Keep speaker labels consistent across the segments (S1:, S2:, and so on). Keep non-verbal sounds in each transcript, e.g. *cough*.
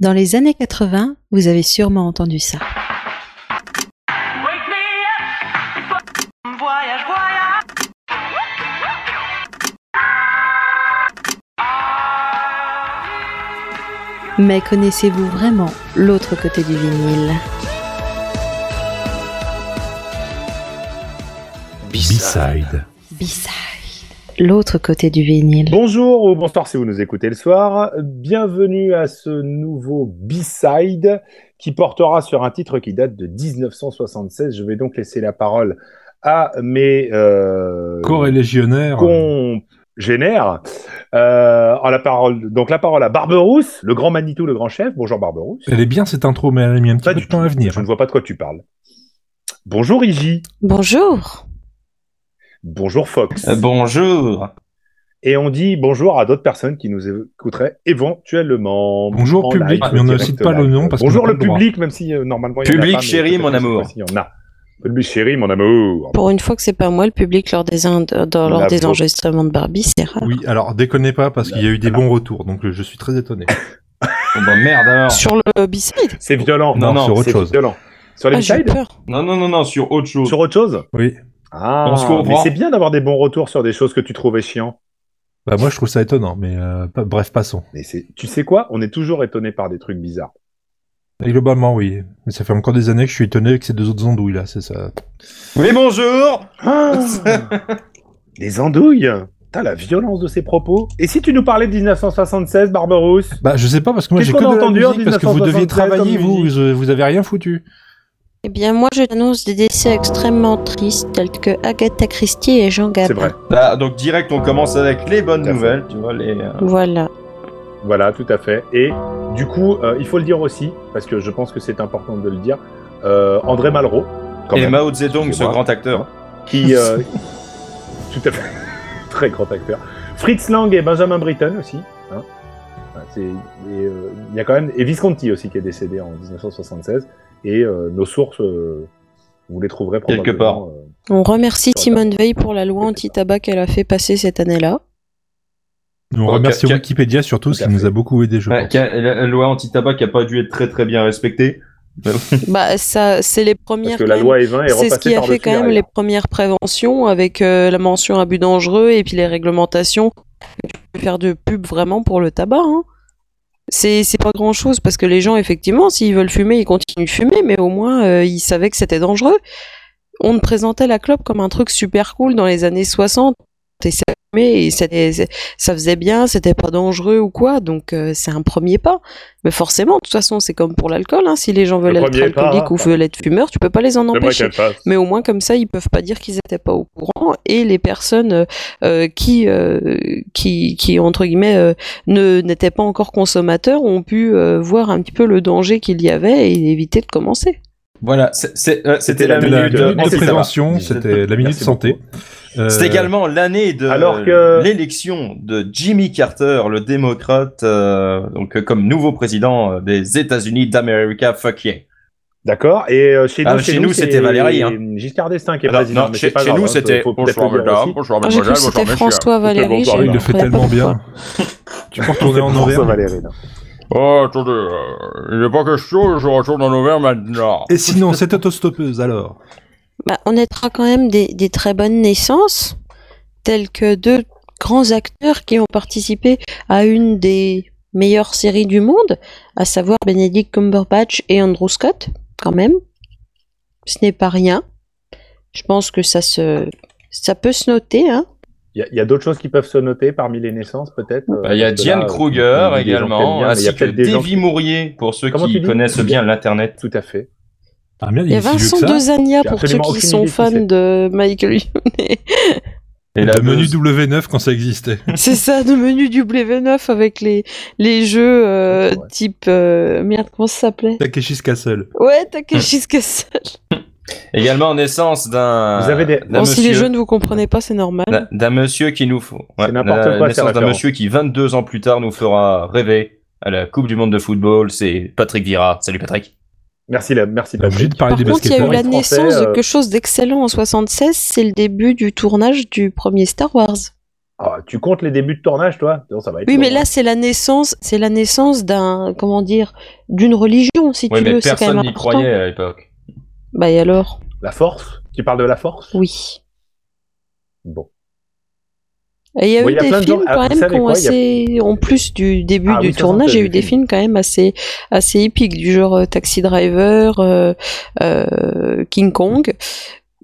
S1: Dans les années 80, vous avez sûrement entendu ça.
S2: Wake me up. Voyage, voyage.
S1: Mais connaissez-vous vraiment l'autre côté du vinyle
S3: B-side.
S1: B-side. L'autre côté du vinyle.
S4: Bonjour ou bonsoir si vous nous écoutez le soir. Bienvenue à ce nouveau B-side qui portera sur un titre qui date de 1976. Je vais donc laisser la parole à mes euh,
S3: Corrélégionnaire.
S4: congénères. Euh, en la parole, donc la parole à Barberousse, le grand Manitou, le grand chef. Bonjour Barberousse.
S3: Elle est bien cette intro, mais elle a mis un petit
S4: Pas
S3: peu
S4: du
S3: de temps à venir.
S4: Je ne vois pas de quoi tu parles. Bonjour Igi.
S1: Bonjour
S4: Bonjour Fox.
S5: Euh, bonjour.
S4: Et on dit bonjour à d'autres personnes qui nous écouteraient éventuellement.
S3: Bonjour,
S4: en
S3: public,
S4: live,
S3: mais on ne
S4: direct
S3: cite pas
S4: live.
S3: le nom parce qu'on
S4: Bonjour
S3: n'a
S4: le
S3: pas le droit.
S4: public, même si euh, normalement il y en a
S5: Public
S4: pas, mais
S5: chéri,
S4: peut-être
S5: mon
S4: que cette
S5: amour.
S4: fois-ci, Il y en a. Public chéri, mon amour.
S6: Pour une fois que c'est pas moi le public lors des, in- dans, lors
S4: La
S6: des
S4: pauvre.
S6: enregistrements de Barbie, c'est rare.
S3: Oui, alors déconnez pas parce qu'il y a eu des bons retours, donc euh, je suis très étonné.
S5: Bon, bah, merde alors.
S6: Sur le B-side
S4: C'est violent.
S5: Non, non,
S3: sur autre
S4: c'est
S3: chose.
S4: violent. Sur les
S6: Ah, j'ai
S4: B-sides
S6: peur.
S5: Non, non, non, non, sur autre chose.
S4: Sur autre chose
S3: Oui.
S4: Ah,
S5: On se comprend.
S4: mais c'est bien d'avoir des bons retours sur des choses que tu trouvais chiant.
S3: Bah, moi, je trouve ça étonnant, mais euh, pas- bref, passons.
S4: Mais c'est- tu sais quoi On est toujours étonné par des trucs bizarres.
S3: Et globalement, oui. Mais ça fait encore des années que je suis étonné avec ces deux autres andouilles là, c'est ça.
S5: Oui, bonjour.
S4: Oh.
S5: Ah.
S4: *laughs* des andouilles T'as la violence de ces propos. Et si tu nous parlais de 1976, Barberousse
S3: Bah, je sais pas parce que moi
S4: Qu'est-ce
S3: j'ai
S4: qu'on
S3: que
S4: a
S3: de la
S4: entendu en
S3: musique parce que vous deviez
S4: 1976 comme
S3: travailler, vous,
S4: musique
S3: vous, vous avez rien foutu.
S6: Eh bien, moi, je t'annonce des décès extrêmement tristes, tels que Agatha Christie et Jean Gabin.
S4: C'est vrai.
S5: *laughs* Bah, donc direct, on commence avec les bonnes
S4: Tout à fait.
S5: nouvelles, tu vois les. euh,
S6: Voilà.
S4: Voilà, tout à fait. Et du coup, euh, il faut le dire aussi, parce que je pense que c'est important de le dire, euh, André Malraux, quand
S5: Et
S4: même,
S5: Mao Zedong, ce
S4: Excusez-moi.
S5: grand acteur.
S4: qui... euh, *laughs* tout à fait. *laughs* Très grand acteur. Fritz Lang et Benjamin Britten aussi. hein. Enfin, c'est- et, euh, Il y a quand même... Et Visconti aussi, qui est décédé en 1976. Et euh, nos sources, euh, vous les trouverez probablement...
S5: Quelque part.
S4: euh,
S6: On remercie
S4: Voilà.
S6: Simone Veil pour la loi anti-tabac qu'elle a fait passer cette année-là.
S3: Nous on
S5: Bon,
S3: remercions
S5: ca- ca-
S3: Wikipédia surtout,
S4: Tout
S3: ce
S4: à
S3: qui nous
S4: fait.
S3: a beaucoup aidé, je
S5: Ouais,
S3: pense.
S5: qui a- la, la loi anti-tabac qui a pas dû être très très bien respectée.
S6: bah, ça, c'est les
S4: parce
S6: premières.
S4: que la
S6: quand
S4: loi E20 est
S6: même- C'est
S4: repassée
S6: ce qui a fait
S4: par-dessus
S6: quand même
S4: la
S6: les
S4: règle.
S6: premières préventions avec euh, la mention abus dangereux et puis les réglementations. Tu peux faire de pub vraiment pour le tabac. Hein. C'est c'est pas grand chose parce que les gens, effectivement, s'ils veulent fumer, ils continuent de fumer, mais au moins euh, ils savaient que c'était dangereux. On te présentait la clope comme un truc super cool dans les années 60. Et ça fumait et c'était- c'est- ça faisait bien, c'était pas dangereux ou quoi, donc euh, c'est un premier pas. Mais forcément, de toute façon, c'est comme pour l'alcool. Hein. Si les gens veulent
S4: Le
S6: être
S4: premier pas,
S6: alcooliques ou
S4: hein.
S6: veulent être fumeurs, tu peux pas les en
S4: Le
S6: empêcher.
S4: break and pass.
S6: Mais au moins comme ça, ils peuvent pas dire qu'ils n'étaient pas au courant. Et les personnes euh, euh, qui, euh, qui, qui entre guillemets euh, ne n'étaient pas encore consommateurs ont pu euh, voir un petit peu le danger qu'il y avait et éviter de commencer.
S5: Voilà, c'est- c'est, euh, c'était
S4: C'était
S5: la
S4: la
S3: La
S5: minute
S4: minute
S5: euh,
S3: minute de
S4: anti-tabac.
S3: prévention,
S5: Merci
S3: c'était la minute
S4: beaucoup.
S3: santé. Euh,
S5: C'est également l'année de
S4: Alors que-
S5: l'élection de Jimmy Carter, le démocrate, euh, donc euh, comme nouveau président euh, des États-Unis d'Amérique. Fuck yeah.
S4: D'accord. Et euh, chez nous,
S5: Ah, chez nous,
S4: c'est-
S5: c'était Valérie, hein.
S4: Giscard d'Estaing qui est
S5: Non,
S4: président.
S5: non,
S4: mais
S5: Ah, chez,
S4: c'est pas
S5: chez
S4: grave,
S5: nous,
S4: hein,
S5: c'était hein,
S4: faut peut-être
S5: bonjour
S4: le dire
S5: mesdames,
S4: aussi.
S5: bonjour
S6: Ah, J'ai cru
S5: mademoiselle,
S6: que
S5: bonjour
S6: c'était
S5: monsieur.
S6: François Valéry.
S4: bonsoir,
S3: ah,
S6: j'ai-
S3: il le fait
S6: je comprenais pas
S3: tellement bien.
S6: pourquoi.
S3: Tu peux retourner en
S4: *laughs* François
S3: envers.
S4: Valéry, non.
S7: Oh, attendez, euh, il n'est pas question, je retourne dans nos verres maintenant.
S3: Et sinon, cette autostoppeuse alors
S6: Bah, on notera quand même des, des très bonnes naissances, telles que deux grands acteurs qui ont participé à une des meilleures séries du monde, à savoir Benedict Cumberbatch et Andrew Scott, quand même. Ce n'est pas rien. Je pense que ça se, ça peut se noter. Hein.
S4: Il y a- il y a, d'autres choses qui peuvent se noter parmi les naissances, peut-être. euh,
S5: Bah, Il y a
S4: parce que
S5: Diane
S4: là,
S5: Kruger
S4: on dit des gens qui aiment
S5: également, ah,
S4: bien, mais il y a
S5: ainsi que
S4: peut-être des gens
S5: Davy Mourier, pour ceux
S4: Comment tu
S5: qui
S4: dis
S5: connaissent bien l'Internet.
S4: Tout à fait.
S3: Ah merde,
S6: Il y a
S3: est si vieux
S6: Vincent
S3: que ça
S6: Dozania
S4: J'ai
S6: pour ceux
S4: absolument
S6: qui
S4: aucune
S6: sont
S4: idée qui
S6: fans
S4: c'est.
S6: de Michael Youn.
S5: Et
S3: de
S5: la
S3: menu
S5: dose-
S3: W9 quand ça *laughs* existait.
S6: C'est ça, le menu du W9 avec les, les jeux euh,
S4: Ouais.
S6: type... euh, merde, comment ça s'appelait
S3: Takeshi's Castle.
S6: Ouais, Takeshi's Castle.
S5: Également naissance d'un.
S4: Vous avez des-
S5: d'un
S6: Bon, si les
S5: monsieur-
S6: jeunes vous comprenez pas, c'est normal.
S5: d'un- D'un monsieur qui nous. faut-
S4: C'est
S5: ouais,
S4: n'importe
S5: la
S4: quoi, ces
S5: Naissance d'un
S4: références.
S5: monsieur qui, 22 ans plus tard, nous fera rêver à la Coupe du Monde de football. C'est Patrick Vira. Salut Patrick.
S4: Merci, la, merci
S3: T'es obligé
S4: Patrick.
S3: de parler
S6: Par
S3: des
S6: contre, il y a eu
S3: basketteurs.
S6: la
S4: basketteurs français,
S6: naissance de
S4: euh,
S6: quelque chose d'excellent en 76, c'est le début du tournage du premier Star Wars.
S4: Ah, tu comptes les débuts de tournage, toi Non, ça va être
S6: Oui,
S4: long,
S6: mais
S4: hein.
S6: là, c'est la naissance, c'est la naissance d'un, comment dire, d'une religion, si
S5: Oui,
S6: tu
S5: mais
S6: veux. C'est quand
S5: personne
S6: même
S5: n'y
S6: important.
S5: croyait à l'époque.
S6: Bah et alors
S4: La force Tu parles de la force
S6: Oui.
S4: Bon.
S6: Et Il y a
S4: Bon,
S6: eu
S4: il y a plein
S6: des
S4: de
S6: films
S4: gens- Ah,
S6: quand
S4: vous
S6: même
S4: savez
S6: qui ont
S4: quoi, il y a-
S6: assez, en plus du début
S4: Ah
S6: du
S4: oui, ça, ça,
S6: tournage,
S4: c'est
S6: il y a
S4: des
S6: eu des
S4: films.
S6: films quand même assez, assez épiques, du genre euh, Taxi Driver, euh, euh, King Kong,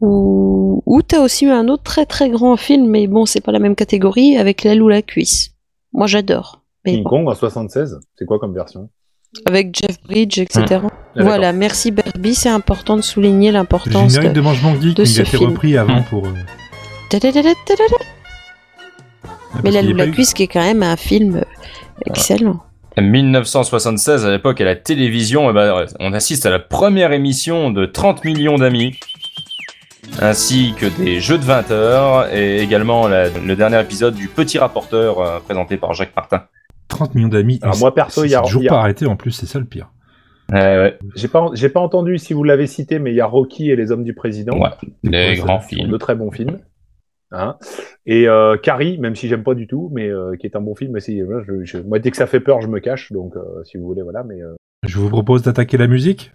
S6: ou ou t'as aussi eu un autre très très grand film, mais bon, c'est pas la même catégorie, avec l'aile ou la cuisse. Moi, j'adore. Mais
S4: King
S6: bon,
S4: Kong en 76 C'est quoi comme version
S6: avec Jeff Bridge, etc.
S4: Ah,
S6: Voilà, merci Barbie, c'est important de souligner
S3: Le
S6: l'importance
S3: générique de
S6: de...
S3: Mangement Geek,
S6: de
S3: il
S6: ce
S3: a été
S6: film. Hum.
S3: repris avant pour. euh,
S6: Tadadadada. Mais
S3: parce
S6: La
S3: qu'il y a
S6: Loue la
S3: pas eu-
S6: Cuisse, qui est quand même un film euh, excellent.
S5: 1976, à l'époque, à la télévision, eh ben, on assiste à la première émission de 30 millions d'amis, ainsi que des jeux de 20 heures, et également la- le dernier épisode du Petit Rapporteur, euh, présenté par Jacques Martin.
S3: 30 millions d'amis.
S4: Alors,
S3: Et
S4: moi,
S3: c'est-
S4: perso,
S3: c'est
S4: il y a-
S3: toujours
S4: il y a-
S3: pas arrêté en plus, c'est ça le pire. Eh
S5: Ouais, ouais,
S4: J'ai pas, j'ai pas entendu si vous l'avez cité, mais il y a Rocky et les hommes du président.
S5: Ouais,
S3: Ouais,
S5: des
S3: ça-
S5: grands
S4: qui sont
S5: films.
S4: De très bons films. Hein et euh, Carrie, même si j'aime pas du tout, mais euh, qui est un bon film aussi. euh, je- je- moi, dès que ça fait peur, je me cache. Donc, euh, si vous voulez, voilà. Mais euh,
S3: Je vous propose d'attaquer la musique.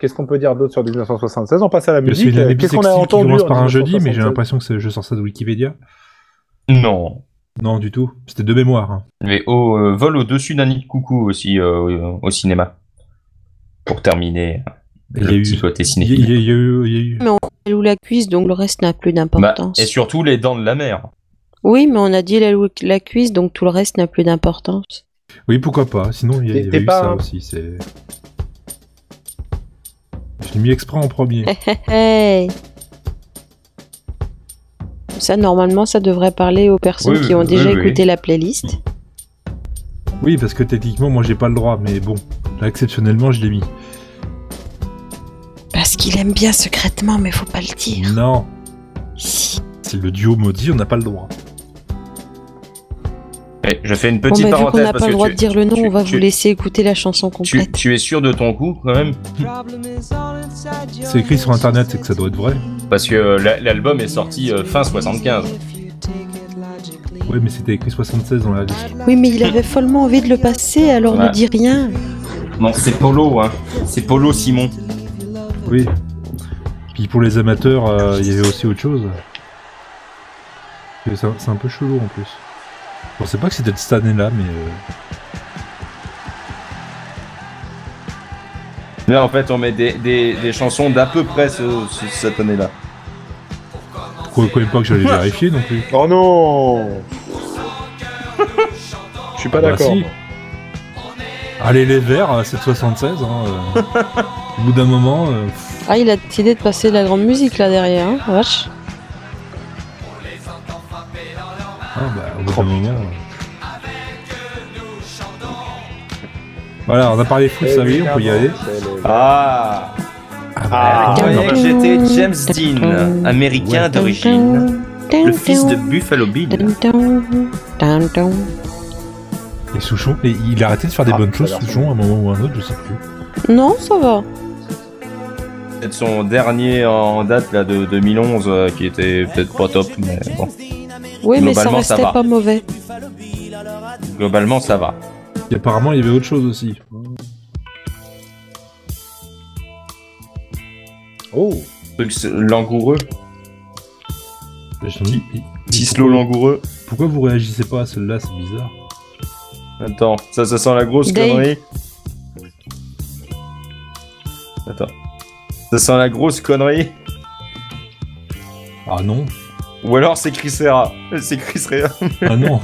S4: qu'est-ce qu'on peut dire d'autre sur 1976 On passe à la
S3: C'est
S4: musique.
S3: une année
S4: Euh, Qu'est-ce qu'on a
S3: bisextile qui
S4: entendu
S3: commence
S4: en
S3: par un jeudi, mais j'ai
S4: 1976?
S3: l'impression que c'est- je sors ça de Wikipédia.
S5: Non.
S3: Non, du tout. C'était de mémoire. hein.
S5: Mais au euh, vol au-dessus d'un nid de coucou aussi euh, au cinéma. Pour terminer,
S3: Il y a
S5: le
S3: eu-
S5: petit côté
S3: Il y, a- il
S5: cinéphile.
S3: y a- il y a eu. il y a eu-
S6: l'aile ou la cuisse, donc le reste n'a plus
S5: Bah,
S6: d'importance.
S5: et surtout les dents de la mer.
S6: Oui, mais on a dit l'aile ou la cuisse, donc tout le reste n'a plus d'importance.
S3: Oui, pourquoi pas. Sinon, il y a- il y
S4: T'es-
S3: avait
S4: t'es
S3: eu
S4: pas
S3: ça
S4: un-
S3: aussi. C'est. Je l'ai mis exprès en premier.
S6: Hey Ça, normalement, ça devrait parler aux personnes
S5: Oui, oui,
S6: qui ont
S5: oui,
S6: déjà
S5: oui.
S6: écouté la playlist.
S3: Oui, parce que techniquement, moi, j'ai pas le droit, mais bon, là, exceptionnellement, je l'ai mis.
S6: Parce qu'il aime bien secrètement, mais faut pas le dire.
S3: Non,
S6: Si.
S3: c'est le duo maudit, on n'a pas le droit.
S5: Eh, je fais une
S6: Bon,
S5: petite
S6: bah, vu qu'on
S5: parenthèse
S6: n'a
S5: parce
S6: pas le
S5: que
S6: droit
S5: tu-
S6: de dire le nom,
S5: tu-
S6: on va
S5: tu-
S6: vous laisser écouter la chanson
S5: tu,
S6: complète.
S5: tu es sûr de ton coup quand même
S3: C'est écrit sur internet, c'est que ça doit être vrai.
S5: Parce que euh, la- l'album est sorti euh, fin 75.
S3: Ouais, mais c'était écrit 76 dans la liste.
S6: Oui, mais il avait follement envie de le passer, alors
S5: Ouais.
S6: ne dis rien.
S5: Non, c'est Polo, hein. C'est Polo Simon.
S3: Oui. Puis pour les amateurs, euh, il y avait aussi autre chose. Que C'est un, c'est un peu chelou en plus. Je pensais pas que c'était de cette année-là, mais. euh,
S5: Là, en fait, on met des, des- des chansons d'à peu près ce- ce- cette année-là.
S3: quoi, quoi pas que j'allais vérifier non plus.
S4: Oh non Je suis pas
S3: Bah,
S4: d'accord.
S3: si. Allez, les verts, euh, c'est de 76. Hein, euh. Au bout d'un moment. euh,
S6: Ah, il a décidé de passer de la grande musique là derrière, hein, vache.
S3: Ah bah, au bout
S4: Oh,
S3: d'un moment. euh. Voilà, on a parlé foot, ça y est, on peut y aller.
S5: Ah,
S3: Ah,
S4: Eh, Ah,
S3: putain,
S5: Moi,
S3: non.
S5: J'étais James Dean, américain
S3: Ouais.
S5: d'origine. Le fils de Buffalo Bill.
S3: Et Souchon, et il a arrêté de faire des
S4: Ah,
S3: bonnes
S4: ça a
S3: choses,
S4: l'air
S3: Souchon, à un moment ou à un autre, je sais plus.
S6: Non, ça va.
S5: Peut-être son dernier en date là, de 2011, euh, qui était peut-être pas top, mais bon,
S6: Oui, mais ça
S5: Globalement,
S6: restait
S5: ça va.
S6: pas mauvais.
S5: globalement ça va.
S3: Et apparemment, il y avait autre chose aussi.
S4: Oh
S5: Truc s- langoureux,
S3: Bah, Je me dis,
S5: petit slow langoureux.
S3: pourquoi vous réagissez pas à celle-là C'est bizarre.
S5: Attends, ça, ça sent la grosse
S6: Dave.
S5: connerie. Attends. Ça sent la grosse connerie.
S3: Ah non
S5: Ou alors c'est Chris Rea. *laughs* C'est Chris Rea.
S3: Ah non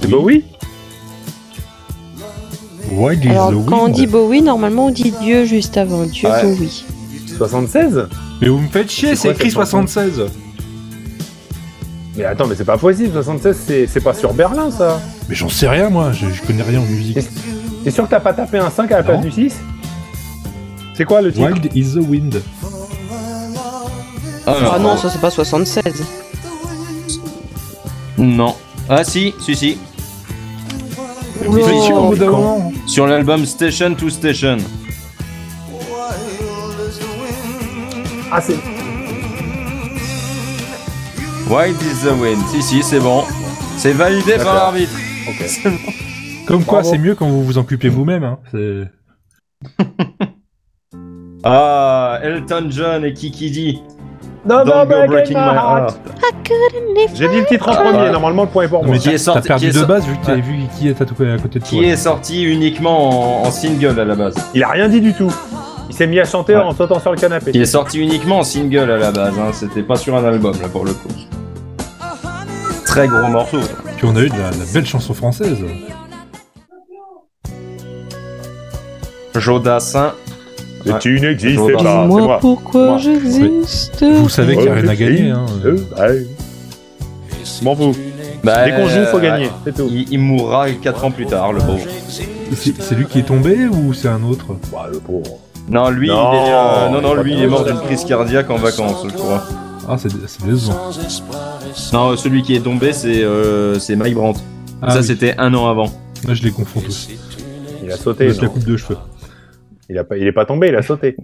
S4: C'est Bowie
S3: *laughs* Why is
S6: Alors,
S3: the wind
S6: quand on dit Bowie, normalement on dit Dieu juste avant. Dieu
S5: Ouais.
S6: Bowie.
S4: 76
S3: Mais vous me faites chier,
S4: C'est
S3: c'est
S4: quoi
S3: écrit
S4: cette chanson
S3: 76
S4: Mais attends, mais c'est pas possible, 76, c'est- c'est pas sur Berlin, ça
S3: Mais j'en sais rien, moi, je, je connais rien en musique.
S4: T'es sûr que t'as pas tapé un 5 à la
S3: Non.
S4: place du 6 C'est quoi le titre
S3: Wild is the wind.
S6: Ah non, ça c'est pas 76.
S5: Non. Ah si, si, si.
S3: Vous êtes sûr, au bout d'un moment
S5: Sur l'album Station to Station.
S4: Ah, c'est.
S5: White is the win. Si, si, c'est bon. C'est validé par
S4: D'accord.
S5: l'arbitre.
S4: Ok.
S5: C'est bon.
S3: Comme quoi,
S4: Bravo.
S3: c'est mieux quand vous vous en occupez vous-même. Hein. C'est-
S5: Ah, Elton John et Kiki D.
S4: Oh, Non,
S5: Don't go breaking my heart.
S4: J'ai dit le titre en premier,
S5: Ah.
S4: normalement le point est pour
S3: Non,
S4: moi.
S3: mais
S5: Qui
S3: t'as
S5: est sorti-
S3: t'as perdu
S5: qui est
S3: de
S5: sorti-
S3: base vu que t'as
S5: Ouais.
S3: vu qui est à, tout- à côté de
S5: Qui
S3: toi.
S5: est sorti uniquement en, en single à la base.
S4: Il a rien dit du tout. Il s'est mis à chanter
S5: Ouais.
S4: en sautant sur le canapé.
S5: Qui est sorti uniquement en single à la base. hein. C'était pas sur un album là pour le coup. Très gros morceau.
S3: Puis on a eu de la, de la belle chanson française.
S5: Jodassin.
S8: Ah,
S5: Ouais.
S4: Tu n'existes
S5: Dis-moi
S4: pas, c'est moi.
S6: pourquoi
S4: Moi.
S6: j'existe.
S3: Vous savez qu'il n'y a rien à
S4: Ouais,
S3: gagner. Hein.
S4: Euh,
S8: bah,
S4: ouais. M'en fous.
S5: Bah,
S4: Dès qu'on joue, faut
S5: euh,
S4: gagner, c'est tout.
S5: Il, il mourra 4 ans plus tard, le pauvre.
S3: C'est c'est lui qui est tombé ou c'est un autre
S4: Bah, le pauvre.
S5: Non, lui,
S4: Non,
S5: il est, euh, non,
S4: il
S5: non,
S4: est pas
S5: lui, il est mort d'une crise cardiaque en vacances, je crois.
S3: Ah, c'est c'est décevant.
S5: Non, euh, celui qui est tombé, c'est euh, c'est Mike Brandt.
S3: Ah,
S5: ça,
S3: oui.
S5: c'était un an
S4: *laughs*
S5: avant.
S3: Là, je les confonds tous.
S4: Il a sauté.
S3: Avec la
S4: non.
S3: coupe de cheveux.
S4: Il, a pas, il est pas tombé, il a sauté.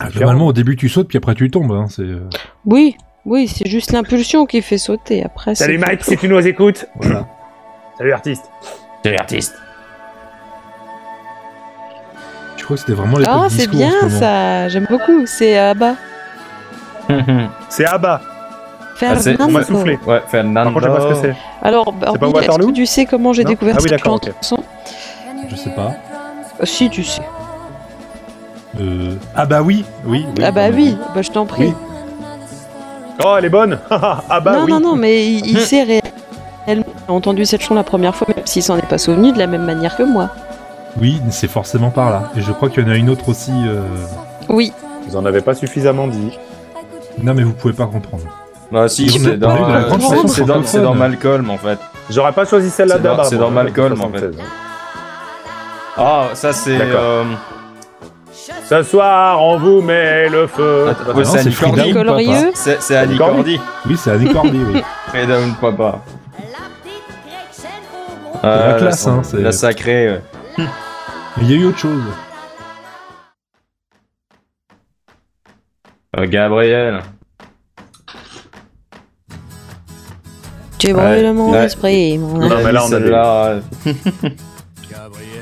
S3: Ah, normalement, au début, tu sautes, puis après, tu tombes. Hein. C'est euh,
S6: Oui, oui, c'est juste l'impulsion qui fait sauter. Après, c'est-
S4: Salut Mike, si tu nous écoutes.
S3: voilà.
S4: Salut artiste.
S5: C'est l'artiste.
S3: Je crois que c'était vraiment l'époque
S6: Ah,
S3: disco
S6: c'est
S3: en ce
S6: bien
S3: moment.
S6: ça. J'aime beaucoup. C'est euh, Abba.
S5: ouais,
S4: C'est Abba.
S3: Ah,
S5: c'est- on
S4: On m'a
S6: Fernando.
S4: soufflé.
S5: Fernando.
S4: Par contre, je sais pas ce que c'est.
S6: Alors, bah,
S4: C'est pas
S6: Henri, est-ce
S4: Waterloo
S6: que tu sais comment j'ai
S4: Non
S6: découvert
S4: Ah oui,
S6: cette
S4: d'accord, ok.
S6: chanson
S3: Je sais pas.
S6: Ah, Si, tu sais.
S3: Euh, Ah bah oui, oui. oui
S6: ah bah oui, bah, je t'en prie.
S4: Oui. Oh, elle est bonne. *laughs* Abba, oui.
S6: non,
S4: Hmm.
S6: non, non, mais il, il sait réellement. Il a entendu cette chanson la première fois, même s'il s'en est pas souvenu de la même manière que moi.
S3: Oui, mais c'est forcément par là. Et je crois qu'il y en a une autre aussi. euh,
S6: Oui,
S4: Vous en avez pas suffisamment dit.
S3: Non, mais vous pouvez pas comprendre.
S5: Ah, si,
S3: Tu
S5: c'est
S3: peux parler
S5: dans,
S3: de la
S5: euh,
S3: grande
S5: c'est-
S3: chanson
S5: c'est dans, c'est dans
S3: francophone.
S5: Malcolm, en fait.
S4: J'aurais pas choisi celle-là
S5: C'est dans-
S4: d'Abba.
S5: c'est
S4: moi,
S5: dans
S4: j'aurais
S5: Malcolm,
S4: choisi
S5: en fait.
S4: 76, hein.
S5: Ah, ça, c'est...
S4: D'accord.
S5: euh,
S4: Ce soir, on vous met le feu.
S5: attends, c'est
S3: non, c'est
S5: Annie
S3: Frida
S5: Cordy.
S3: ou Papa
S6: Colorieux
S5: C'est c'est Annie
S4: Cordy.
S5: Cordy.
S3: Oui, c'est Annie Cordy, oui.
S5: Frida ou Papa.
S3: la
S5: Ah,
S3: classe, hein, c'est-
S5: La sacrée... euh.
S3: Mais il y a eu autre chose.
S5: Euh, Gabriel.
S6: tu es
S5: Ouais,
S6: brûlé mon
S5: ouais.
S6: esprit. mon
S4: Non,
S5: Ouais,
S4: mais là, on a
S5: celle-là, euh.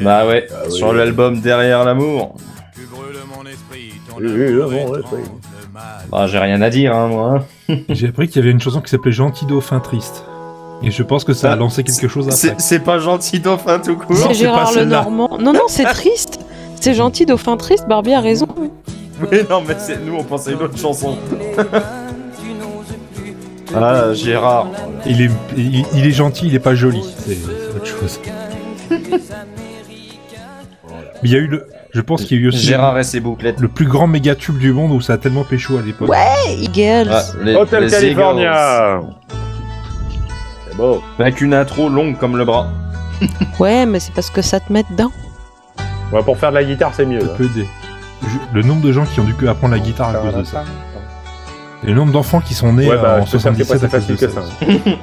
S5: bah ouais,
S4: Ah oui.
S5: sur l'album Derrière l'amour.
S8: Tu brûles mon esprit, ton
S4: Oui, oui,
S8: amour
S4: oui,
S8: est
S4: bon, ouais,
S8: tremble de mal.
S5: Bah, j'ai rien à dire, hein, moi. hein.
S3: J'ai appris qu'il y avait une chanson qui s'appelait Gentil Dauphin Triste. Et je pense que ça a
S5: Ah,
S3: lancé quelque chose après.
S5: C'est c'est pas gentil dauphin tout court.
S3: Non,
S6: C'est
S3: c'est
S6: Gérard
S3: pas
S6: le
S3: celle-là.
S6: Normand. Non, non, c'est triste. C'est gentil, dauphin triste. Barbie a raison.
S5: Mais non, mais c'est nous, on pensait à une autre chanson. *laughs* ah, Gérard.
S3: Il est, il, il est gentil, il est pas joli. C'est c'est autre chose. Mais il y a eu le. Je pense qu'il y a eu aussi
S5: Gérard et ses bouclettes.
S3: le plus grand méga tube du monde où ça a tellement pécho à l'époque.
S6: Ouais, Eagles.
S5: Ah, les-
S4: Hotel
S5: les Eagles.
S4: California. C'est beau.
S5: Avec une intro longue comme le bras.
S6: Ouais, mais c'est parce que ça te met dedans.
S4: Ouais, pour faire de la guitare, c'est mieux. hein.
S3: Ça peut aider. Je- Le nombre de gens qui ont dû apprendre la guitare
S5: Ah,
S3: à cause de ça. Et le nombre d'enfants qui sont nés
S4: Ouais,
S3: euh,
S4: bah,
S3: en
S4: je peux faire que c'est pas
S3: 77
S4: si
S3: à cause de
S4: facile que
S3: ça.
S4: ça. hein.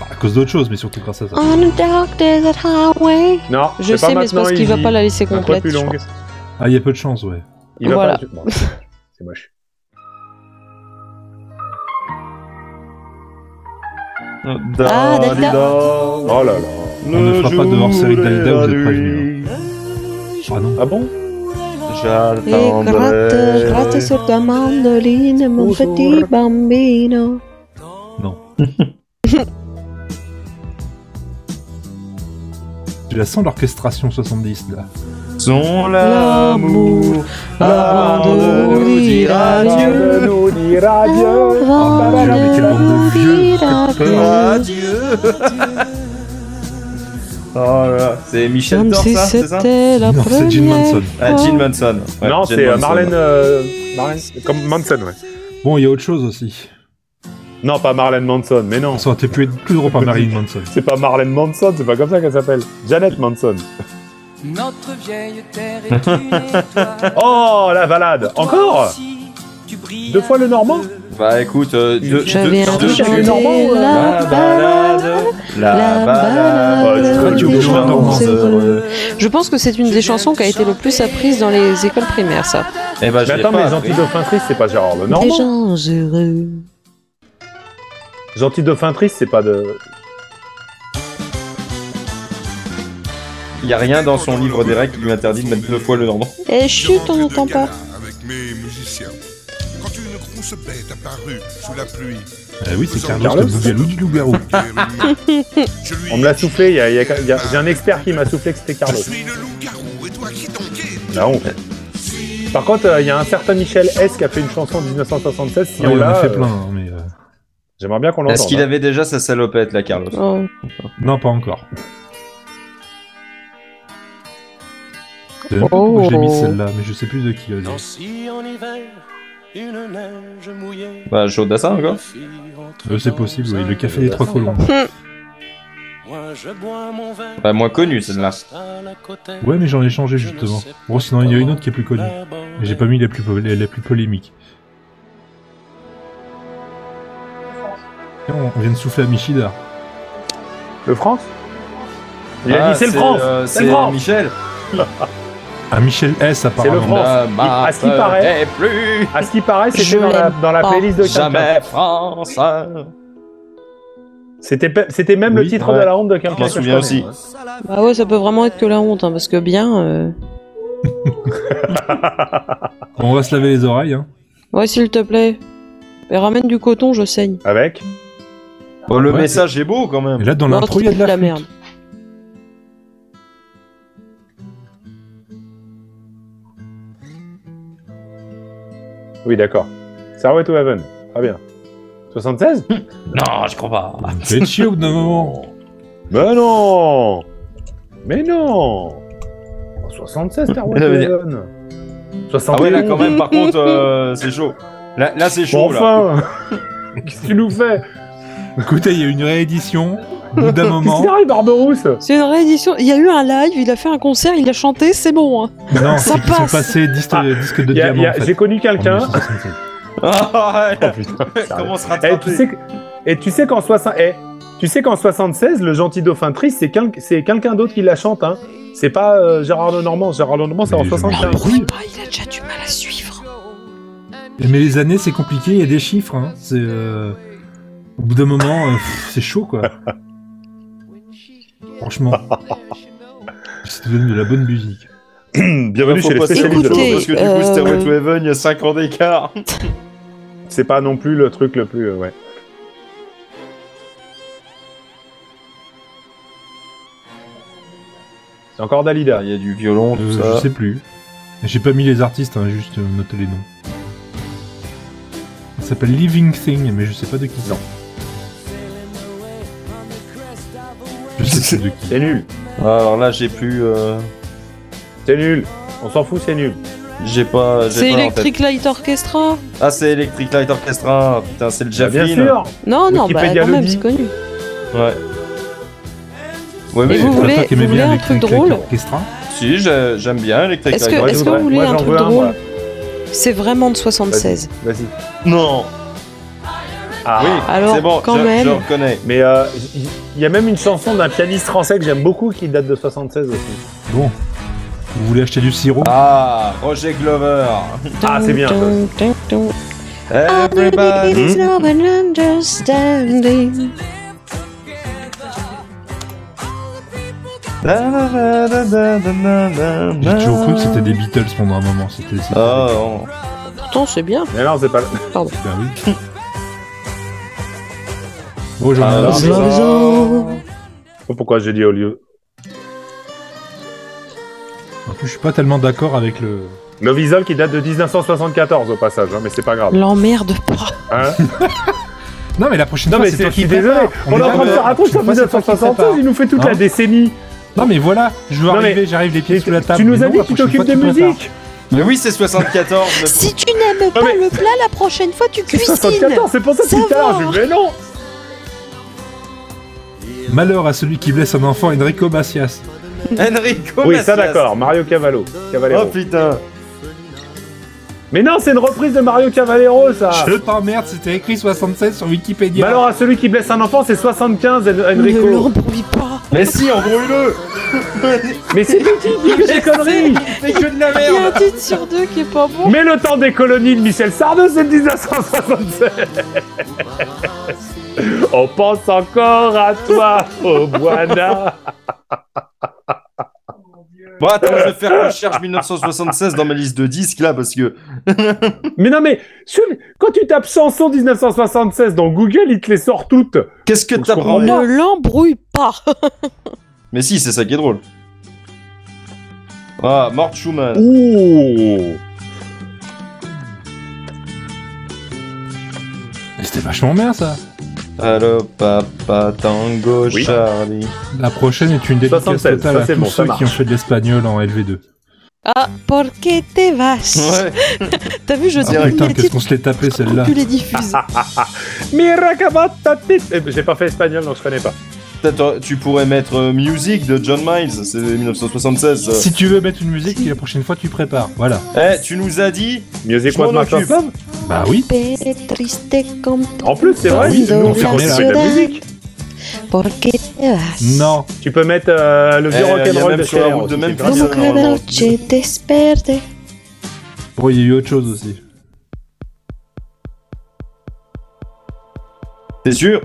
S3: Bah, *laughs* à cause d'autre chose, mais surtout grâce à ça.
S6: On a dark desert highway.
S4: Non,
S6: Je
S4: c'est pas
S6: sais, mais c'est
S4: maintenant,
S6: parce qu'il va
S4: Izzy.
S6: pas la laisser
S4: Un peu
S6: complète.
S4: plus
S6: je
S4: longue.
S6: pense.
S3: Ah, il y a peu de chance, ouais.
S4: Il va
S6: Voilà. *laughs*
S4: pas. bon, c'est moche.
S6: Ah, Delta.
S4: Oh là là.
S3: On ne fera pas de hors-série de Delta, vous êtes prévenus. Ah non.
S4: Ah bon
S3: Ah,
S6: Et
S3: bah,
S6: gratte, gratte sur ta mandoline, mon
S4: Bonjour.
S6: petit bambino.
S3: Tu la sens l'orchestration 70 là.
S5: Son l'amour.
S6: Avant de nous dire adieu.
S4: De nous dire adieu.
S3: Ah,
S6: Avant
S3: mon Dieu, mais quel bande de
S1: bah,
S6: de
S3: vieux.
S6: nous dire adieu.
S5: Adieu. Oh là là, c'est Michel
S6: Comme
S5: Thor,
S6: si
S5: ça, c'est ça
S6: c'était la
S3: non, c'est Jim
S6: première
S3: Manson.
S5: Ah, Gene Manson. Ouais,
S4: non,
S5: Gene
S4: c'est euh,
S5: Manson.
S4: Marlène, euh, Marlène. Comme Manson, ouais.
S3: Bon, il y a autre chose aussi.
S4: Non, pas Marlène Manson, mais non.
S3: Ça aurait été plus, plus drôle par Marilyn Manson.
S4: C'est pas Marlène Manson, c'est pas comme ça qu'elle s'appelle. Janet Manson.
S9: Notre vieille terre est
S4: *laughs*
S9: une étoile.
S4: Oh, la balade Encore Deux fois le Normand
S5: Bah écoute, euh, deux,
S6: Je
S5: deux-
S6: viens
S5: deux-
S6: de
S4: chanter
S9: Bah,
S5: deux-
S4: la
S5: La
S6: chanter la balade.
S5: balade, la
S6: balade.
S5: balade.
S4: Bah, l'enregistrement
S3: tu oublies
S4: du
S3: Jean
S4: gouvernement.
S5: Eh
S9: bah,
S3: Dormance,
S5: bah, ben,
S3: euh,
S6: Je pense que c'est une des chansons qui a été le plus apprise dans les écoles primaires, ça.
S5: Eh ben, je
S4: Mais
S5: l'ai
S4: attends,
S5: pas
S4: mais
S5: appris.
S4: Gentil Dauphin Triste, c'est pas Gérard Lenormand.
S6: gens heureux.
S4: Gentil Dauphin Triste, c'est pas de.
S5: Il y a rien dans son livre des règles qui lui interdit de mettre deux fois le nom.
S6: Eh, chut, on n'entend pas.
S10: Avec mes musiciens. Quand une grosse bête apparut sous la pluie.
S3: euh, oui, c'est Carlos,
S4: Carlos.
S3: le bougalou du *laughs* loup-garou.
S10: Oh Je lui
S4: On me l'a
S10: dis,
S4: soufflé, il y a- il y a- il y a- j'ai un expert qui m'a soufflé que c'était
S10: Je
S4: Carlos.
S10: suis le loup-garou, et toi qui donc es
S4: Bah, on- Par contre, euh, il y a un certain Michel S qui a fait une chanson en 1976. Si
S3: Ouais,
S4: on
S3: il en a
S4: l'a,
S3: fait
S4: euh,
S3: plein, hein, mais. euh,
S4: J'aimerais bien qu'on l'entende.
S5: Est-ce qu'il
S4: hein.
S5: avait déjà sa salopette, là, Carlos
S6: Oh.
S3: Non, pas encore. Je sais même pas
S6: Oh.
S3: pourquoi j'ai mis celle-là, mais je sais plus de qui. vas-y.
S8: Nancy en hiver, une neige mouillée.
S5: Bah, Joe Dassin, encore
S3: Euh, c'est possible, oui, le café est trois fois
S4: hein.
S3: long.
S8: Moi je bois mon vin.
S5: Bah, moins connue, celle-là.
S3: Ouais, mais j'en ai changé justement. Bon, sinon il y a une autre qui est plus connue. Mais j'ai pas mis la plus, po- la, la plus polémique. On on vient de souffler à Michidar.
S4: Le France Il a
S5: Ah,
S4: dit c'est le France
S5: euh,
S4: C'est le France
S5: Michel
S3: À Michel S, apparemment.
S4: le France.
S5: Ne
S4: à ce qui
S5: m'appelez
S4: paraît-
S5: plus
S4: À ce qui paraît,
S6: Je
S4: c'était dans la,
S6: l'aime
S4: dans la
S6: pas.
S4: playlist de quelqu'un.
S5: Jamais France Je
S4: C'était pe- C'était même le
S5: Oui,
S4: titre
S5: ouais.
S4: de la honte de quelqu'un.
S5: m'en
S4: que je
S5: souviens
S4: connais.
S5: aussi.
S6: Bah ouais, ça peut vraiment être que la honte, hein, parce que bien. euh,
S3: On va se laver les oreilles. Hein.
S6: Ouais, s'il te plaît. Mais ramène du coton, je saigne.
S4: Avec
S5: Oh, le
S3: Ouais.
S5: message est beau, quand
S3: Et
S5: même
S3: là, dans
S6: Non,
S3: l'intro, il y a de la, flûte.
S6: merde.
S4: Oui, d'accord. Sarway to Heaven. Très bien. 76
S5: Non, je crois pas
S3: Fais chier au bout d'un moment.
S4: Mais non Mais non En 76, Starway
S5: *laughs* Elle
S4: to
S5: avait dit-
S4: Heaven. 71.
S5: Ah ouais, là, quand même,
S6: *laughs*
S5: par contre, euh, c'est chaud. Là, là, c'est
S4: Bon,
S5: chaud, là.
S4: enfin
S5: *laughs*
S4: Qu'est-ce que tu nous fais
S3: Écoutez, il y a une réédition. Au
S6: *laughs*
S3: bout d'un
S4: Qu'est-ce
S3: moment.
S4: qui t'arrive, Barberousse
S6: C'est une réédition. Il y a eu un live, il a fait un concert, il a chanté, c'est bon. hein.
S3: Non,
S6: Ça
S3: c'est qu'ils sont
S6: passe.
S3: passés disque, disque de
S4: Il Ah, y a- il
S3: diamant.
S4: y a-
S3: en fait, Oh,
S4: J'ai connu
S3: en
S4: quelqu'un
S3: 1967.
S5: Ah, ouais. *laughs* Comment se
S4: Eh,
S5: rattraper
S4: tu sais que- Et tu sais qu'en 60... eh, tu sais qu'en 76, le gentil dauphin triste, c'est quel- c'est quelqu'un d'autre qui la chante. Hein. C'est pas euh, Gérard Lenormand. Gérard Lenormand, c'est en
S3: Mais je m'en
S4: 75.
S3: Oui.
S6: Ah, il a déjà du mal à suivre.
S3: Mais les années, c'est compliqué, il y a des chiffres. hein. C'est, euh, Au bout d'un moment, euh, pff, c'est chaud, quoi. Franchement. Si tu donnes de la bonne musique.
S4: Bienvenue
S5: Faut
S4: chez les
S5: pas se
S4: spécialistes.
S5: foutre,
S6: Écoutez,
S5: Parce que du
S6: euh,
S5: coup, Stairway to Heaven, il y a 5 ans d'écart.
S4: C'est pas non plus le truc le plus. euh, ouais. C'est encore Dalida.
S5: Il y a du violon, tout
S3: Euh, je
S5: ça.
S3: sais plus. J'ai pas mis les artistes, hein, juste euh, noter les noms. Ça s'appelle Living Thing, mais je sais pas de qui c'est. Je sais plus de qui.
S4: C'est nul.
S5: Ah, Alors là, j'ai plus... euh,
S4: C'est nul. On s'en fout, c'est nul.
S5: J'ai pas... j'ai
S6: C'est
S5: pas en tête.
S6: Electric Light Orchestra.
S5: Ah, c'est Electric Light Orchestra. Putain, c'est le Jaffin.
S4: Bah, Bien sûr.
S6: Non, non, bah
S4: Wikipédia
S6: quand
S4: le
S6: même,
S4: dit.
S6: c'est connu.
S5: Ouais. Ouais, mais
S6: Et vous
S3: Toi,
S6: voulez-
S3: toi qui aimais
S6: vous
S3: bien
S6: voulez un
S3: les
S6: truc
S3: clics avec hein.
S6: drôle
S3: l'orchestra
S5: si, j'ai- j'aime bien Electric
S6: Est-ce
S5: Light
S6: que-
S4: Ouais,
S6: est-ce
S4: c'est
S5: Orchestra.
S6: que
S4: vrai.
S6: vous voulez
S4: Moi,
S6: un
S4: j'en
S6: truc
S4: veux
S6: drôle
S4: moi.
S6: C'est vraiment de 76.
S4: Vas-y.
S5: Non
S4: Ah.
S5: Oui,
S6: Alors,
S5: c'est bon,
S6: quand
S5: je,
S6: même.
S5: je reconnais.
S4: Mais euh, il y a même une chanson d'un pianiste français que j'aime beaucoup qui date de 76 aussi.
S3: Bon. Vous voulez acheter du sirop
S5: Ah, Roger Glover
S4: Ah, c'est bien, ça. Hmm
S5: Everybody
S6: Everybody's love and understanding.
S5: Da, da, da, da, da, da, da,
S3: J'ai
S5: da.
S3: toujours cru que c'était des Ah, Beatles pendant un moment. C'était. c'était-
S4: Ah,
S5: Oh,
S6: Pourtant, c'est bien.
S4: Mais non, c'est pas.
S3: Bah oui. Bon, j'en ai
S5: Ah,
S3: marre.
S5: c'est ça.
S4: *laughs* Pourquoi j'ai dit au lieu
S3: En plus, je suis pas tellement d'accord avec le.
S4: Novisol qui date de 1974 au passage, hein, mais c'est pas grave.
S6: L'emmerde pas.
S4: Hein
S3: Non, mais la prochaine
S4: non
S3: fois,
S4: mais
S3: c'est toi
S4: c'est, je
S3: qui
S4: suis désolé,
S3: prépare.
S4: on est en train de
S3: d'accord.
S4: faire un truc
S3: La
S4: sur
S3: prochaine fois, c'est toi qui
S4: 1976, il
S3: prépare.
S4: nous fait toute
S3: Hein
S4: la décennie.
S3: Non, mais voilà, je veux
S4: Non, mais-
S3: arriver, j'arrive les pieds sous la table.
S4: tu nous
S3: mais
S4: as
S3: non,
S4: dit
S3: la
S4: que tu
S3: prochaine fois,
S4: t'occupes de
S3: tu prépares.
S4: musique
S5: Mais oui, c'est 74
S3: *laughs*
S5: le-
S6: Si tu n'aimes pas
S4: Ah, mais-
S6: le plat, la prochaine fois, tu
S4: C'est
S6: cuisines.
S4: 74, c'est pour ça que
S6: Ça
S4: tout à l'heure,
S6: va.
S4: je lui ai dit, mais non
S3: Malheur à celui qui blesse un enfant, Enrico Macias.
S5: Enrico
S4: Oui,
S5: Macias.
S4: ça d'accord, Mario Cavallo.
S5: Oh
S4: Cavallero.
S5: putain
S4: Mais non, c'est une reprise de Mario Cavallero, ça
S3: Je t'emmerde, c'était écrit 76 sur Wikipédia.
S4: Mais alors, à celui qui blesse un enfant, c'est 75, En-
S6: Ne
S4: Enrico.
S6: l'embrouille pas
S5: Mais si, en gros,
S6: *laughs*
S5: le
S4: Mais *laughs* c'est lui qui dit que des conneries
S5: Fais que de la
S6: Il y a un titre sur deux qui est pas bon
S4: Mais le temps des colonies de Michel Sardou, c'est 1967 On pense encore à toi, au Boana
S5: Bon, attends, je vais faire que je cherche 1976 dans ma liste de disques, là, parce que...
S4: Mais non, mais sur- quand tu tapes chanson 1976 dans Google, il te les sort toutes.
S5: Qu'est-ce que
S4: On se
S5: t'apprends
S4: rend
S5: là
S6: Ne l'embrouille pas
S5: Mais si, c'est ça qui est drôle. Ah, Mort Schumann.
S4: Ouh
S3: Mais C'était vachement bien ça.
S5: Allo, papa, tango,
S3: *laughs*
S4: Oui.
S5: Charlie.
S3: La prochaine est une dédicace
S4: 76,
S3: totale
S4: ça,
S3: à
S4: c'est
S3: tous
S4: bon, ça
S3: ceux
S4: marche.
S3: qui ont fait de l'espagnol en LV2.
S6: Ah, porque te vas
S5: Ouais.
S6: T'as vu, je dis
S3: Ah, putain,
S6: les
S3: qu'est-ce qu'on
S6: titres,
S3: se l'est tapé celle-là.
S6: tu les diffuses.
S4: Miracabatatit Eh ben, J'ai pas fait espagnol, donc je connais pas.
S5: T'attends, tu pourrais mettre euh, Music de John Miles, c'est 1976. ça.
S3: Si tu veux mettre une musique, la prochaine fois tu prépares. Voilà.
S5: Eh, tu nous as dit
S4: Mieux et
S5: Je
S4: quoi de
S5: m'en
S4: Martin
S5: occupe.
S4: Slav
S3: Bah oui.
S4: En plus,
S5: Ah
S4: c'est vrai,
S3: oui,
S4: nous, on fait
S3: fermez-la.
S4: de la musique. Oh.
S3: Non.
S4: Tu peux mettre euh, le
S5: Eh,
S4: vieux
S5: y a
S4: rock'n'roll
S5: même
S4: de
S5: sur la
S4: Cher
S5: route de
S4: aussi,
S5: Memphis.
S4: grâce à-
S5: Como cada noche
S3: Bon, il y a eu autre chose aussi.
S5: T'es sûr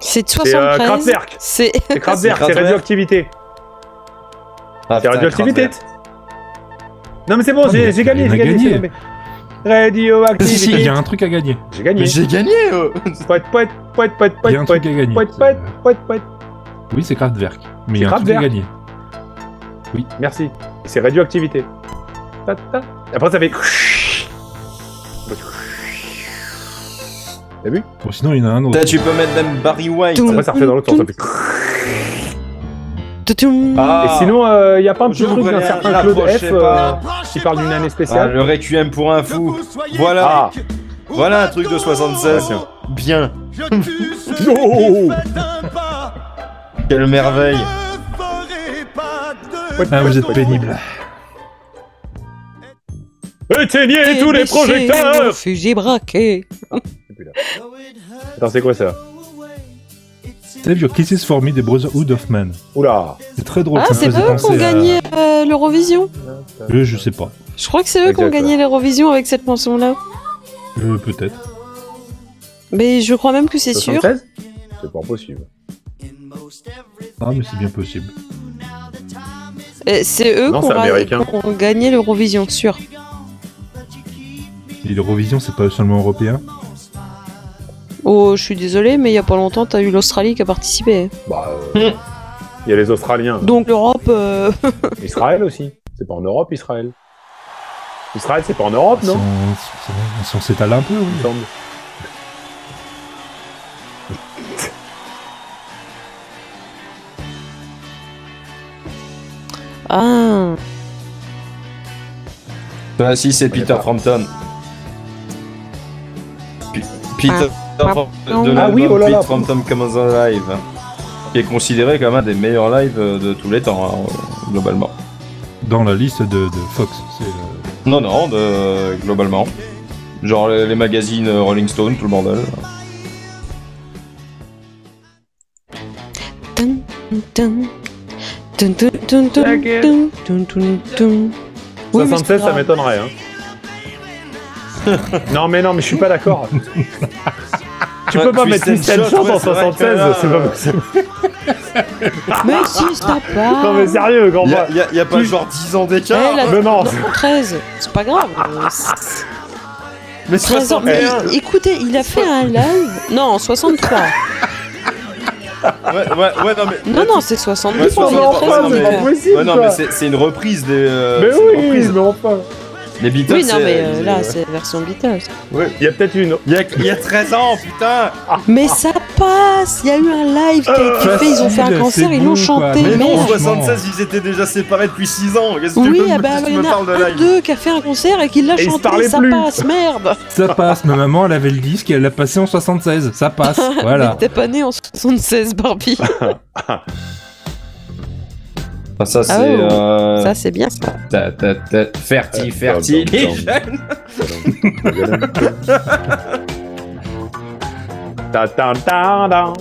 S6: C'est de
S4: C'est euh,
S6: 73.
S4: Kraftwerk
S6: C'est
S4: C'est Kraftwerk, c'est
S5: Kraftwerk.
S4: radioactivité.
S5: ah,
S4: C'est
S5: putain,
S4: radioactivité Non, mais c'est bon,
S3: Ah, mais
S4: j'ai j'ai gagné,
S3: on a
S4: j'ai gagné.
S3: gagné.
S4: c'est bon, mais-
S3: Si, si, il y
S4: Radioactivité
S3: a un truc à gagner.
S4: J'ai
S5: Mais
S4: gagné.
S5: j'ai gagné euh.
S4: Poète, poète, poète, poète,
S3: Il y a un
S4: poète, poète,
S3: truc à gagner. Euh,
S4: poète, poète, poète, poète.
S3: Oui, c'est Kraftwerk. Mais il y a
S4: C'est
S3: un truc à
S4: Kraftwerk.
S3: gagner.
S4: Merci. C'est radioactivité. Ta, ta. Après, ça fait.
S3: Bon, sinon, il y en a un autre.
S5: Putain, tu peux mettre même Barry White.
S6: Tout.
S4: Après, ça refait dans l'autre sens. ça fait-
S6: Toutoum.
S5: Ah,
S4: Et sinon, euh, y a pas un
S5: je
S4: petit truc
S5: voulais
S4: d'un
S5: un
S4: certain Claude
S5: rapproché
S4: F euh,
S5: pas.
S4: qui parle d'une année
S5: Ah,
S4: spéciale.
S5: le Requiem pour un fou. Voilà.
S4: Ah,
S5: Voilà un truc de 76. Bien. Ah,
S4: Oh.
S5: Quelle merveille.
S3: Ah, vous êtes pénible.
S4: Éteignez tous les
S6: Déchets, mon
S4: projecteurs
S6: Fusil braqué
S4: Attends, c'est quoi ça
S3: Save your kisses for me des Brotherhood of Man.
S4: Oula
S3: C'est très drôle. ça
S6: Ah,
S3: me
S6: c'est
S3: faisait
S6: eux qui ont
S3: penser à-
S6: gagné euh, l'Eurovision
S3: Euh, Je sais pas.
S6: Je crois que c'est eux qui ont
S4: Exact,
S6: gagné l'Eurovision avec cette chanson-là.
S3: Euh, Peut-être.
S6: Mais je crois même que c'est sûr.
S4: 76 C'est pas possible.
S3: Ah, mais c'est bien possible.
S6: Euh, C'est eux
S4: Non,
S6: qui
S4: c'est
S6: ont ra- qui
S4: américain.
S6: ont gagné l'Eurovision, sûr.
S3: Et L'Eurovision, c'est pas seulement européen.
S6: Oh, je suis désolé, mais il y a pas longtemps, t'as eu l'Australie qui a participé.
S4: Bah. euh, Il y a les Australiens.
S6: Donc l'Europe, euh, *laughs*
S4: Israël aussi. C'est pas en Europe, Israël. Israël, c'est pas en Europe,
S3: Si
S4: non
S3: on- si on- si on s'étale un peu, oui.
S4: Il me semble.
S6: ah,
S5: Ah si, c'est
S4: connais
S5: Peter
S4: pas.
S5: Frampton. P- Peter Frampton de
S6: Ah
S5: l'album
S4: oui, oh là là.
S5: Pete Frampton Comes Alive. Qui est considéré comme un des meilleurs lives euh, de tous les temps, hein, euh, globalement.
S3: Dans la liste de, de Fox. C'est euh,
S5: Non, non, de, euh, globalement. Genre les, les magazines euh, Rolling Stone, tout le bordel.
S6: Dun, dun, dun, dun, dun, dun,
S4: La guerre.
S6: dun, dun, dun, dun. Oui, mais c'est
S4: 76, ça
S6: grave.
S4: m'étonnerait. Hein. non, mais non, mais je suis pas d'accord. tu peux
S5: Ouais,
S4: pas mettre
S5: Twist and
S4: Twist and
S5: Shout,
S4: Shout
S5: ouais,
S4: en
S5: c'est vrai que
S4: 76,
S5: là,
S4: c'est pas
S5: euh,
S4: possible.
S6: Mais si, ça part.
S4: Non, mais sérieux, grand
S5: Il
S4: bras.
S5: y, a- y a pas genre 10 ans d'écart
S6: Eh, la-
S4: Mais non.
S6: non, 13, c'est pas grave. euh, c'est-
S5: Mais
S6: 13 ans, mais *laughs*
S5: 61
S6: écoutez, il a fait un live. Non, 63.
S5: ouais, ouais, ouais, non, mais...
S6: Non, non, c'est
S5: Ouais,
S6: 72.
S4: Non, mais enfin,
S5: Non,
S4: c'est
S5: mais-
S4: pas possible.
S5: Ouais, non,
S4: quoi.
S5: mais c'est c'est une reprise des. euh,
S4: Mais
S5: c'est une
S4: oui,
S5: reprise.
S4: mais enfin.
S5: Les Beatles.
S6: Oui, non,
S5: c'est-
S6: mais
S5: ils-
S6: euh, là, c'est la version Beatles.
S4: Il y a peut-être une.
S5: Il y, a, il y a 13 ans, putain
S6: Mais ça passe Il y a eu un live qui a été fait, ils ont fait un
S3: Facile,
S6: concert,
S3: c'est
S6: ils
S3: bon,
S6: l'ont
S3: quoi.
S6: chanté.
S5: Mais non,
S3: Franchement.
S6: merde.
S5: 76, ils étaient déjà séparés depuis 6 ans Qu'est-ce que tu
S6: Oui,
S5: veux
S6: ah
S5: me-
S6: bah,
S5: tu
S6: il y
S5: me
S6: en a
S5: parles de
S6: un
S5: live
S6: d'eux qui a fait un concert et qui l'a
S4: Et ils se
S6: chanté,
S4: parlaient
S6: ça
S4: plus.
S6: passe, merde
S3: Ça passe. Ma maman, elle avait le disque et elle l'a passé en 76. Ça
S4: *laughs*
S3: passe. Voilà.
S6: T'es pas né en 76, Barbie
S5: Enfin, ça,
S6: Ah
S5: c'est.
S6: ouais.
S5: euh,
S6: Ça, c'est bien ça.
S5: ta- ta- ta- Ferti, ferti. les jeunes.
S4: Ta ta ta da.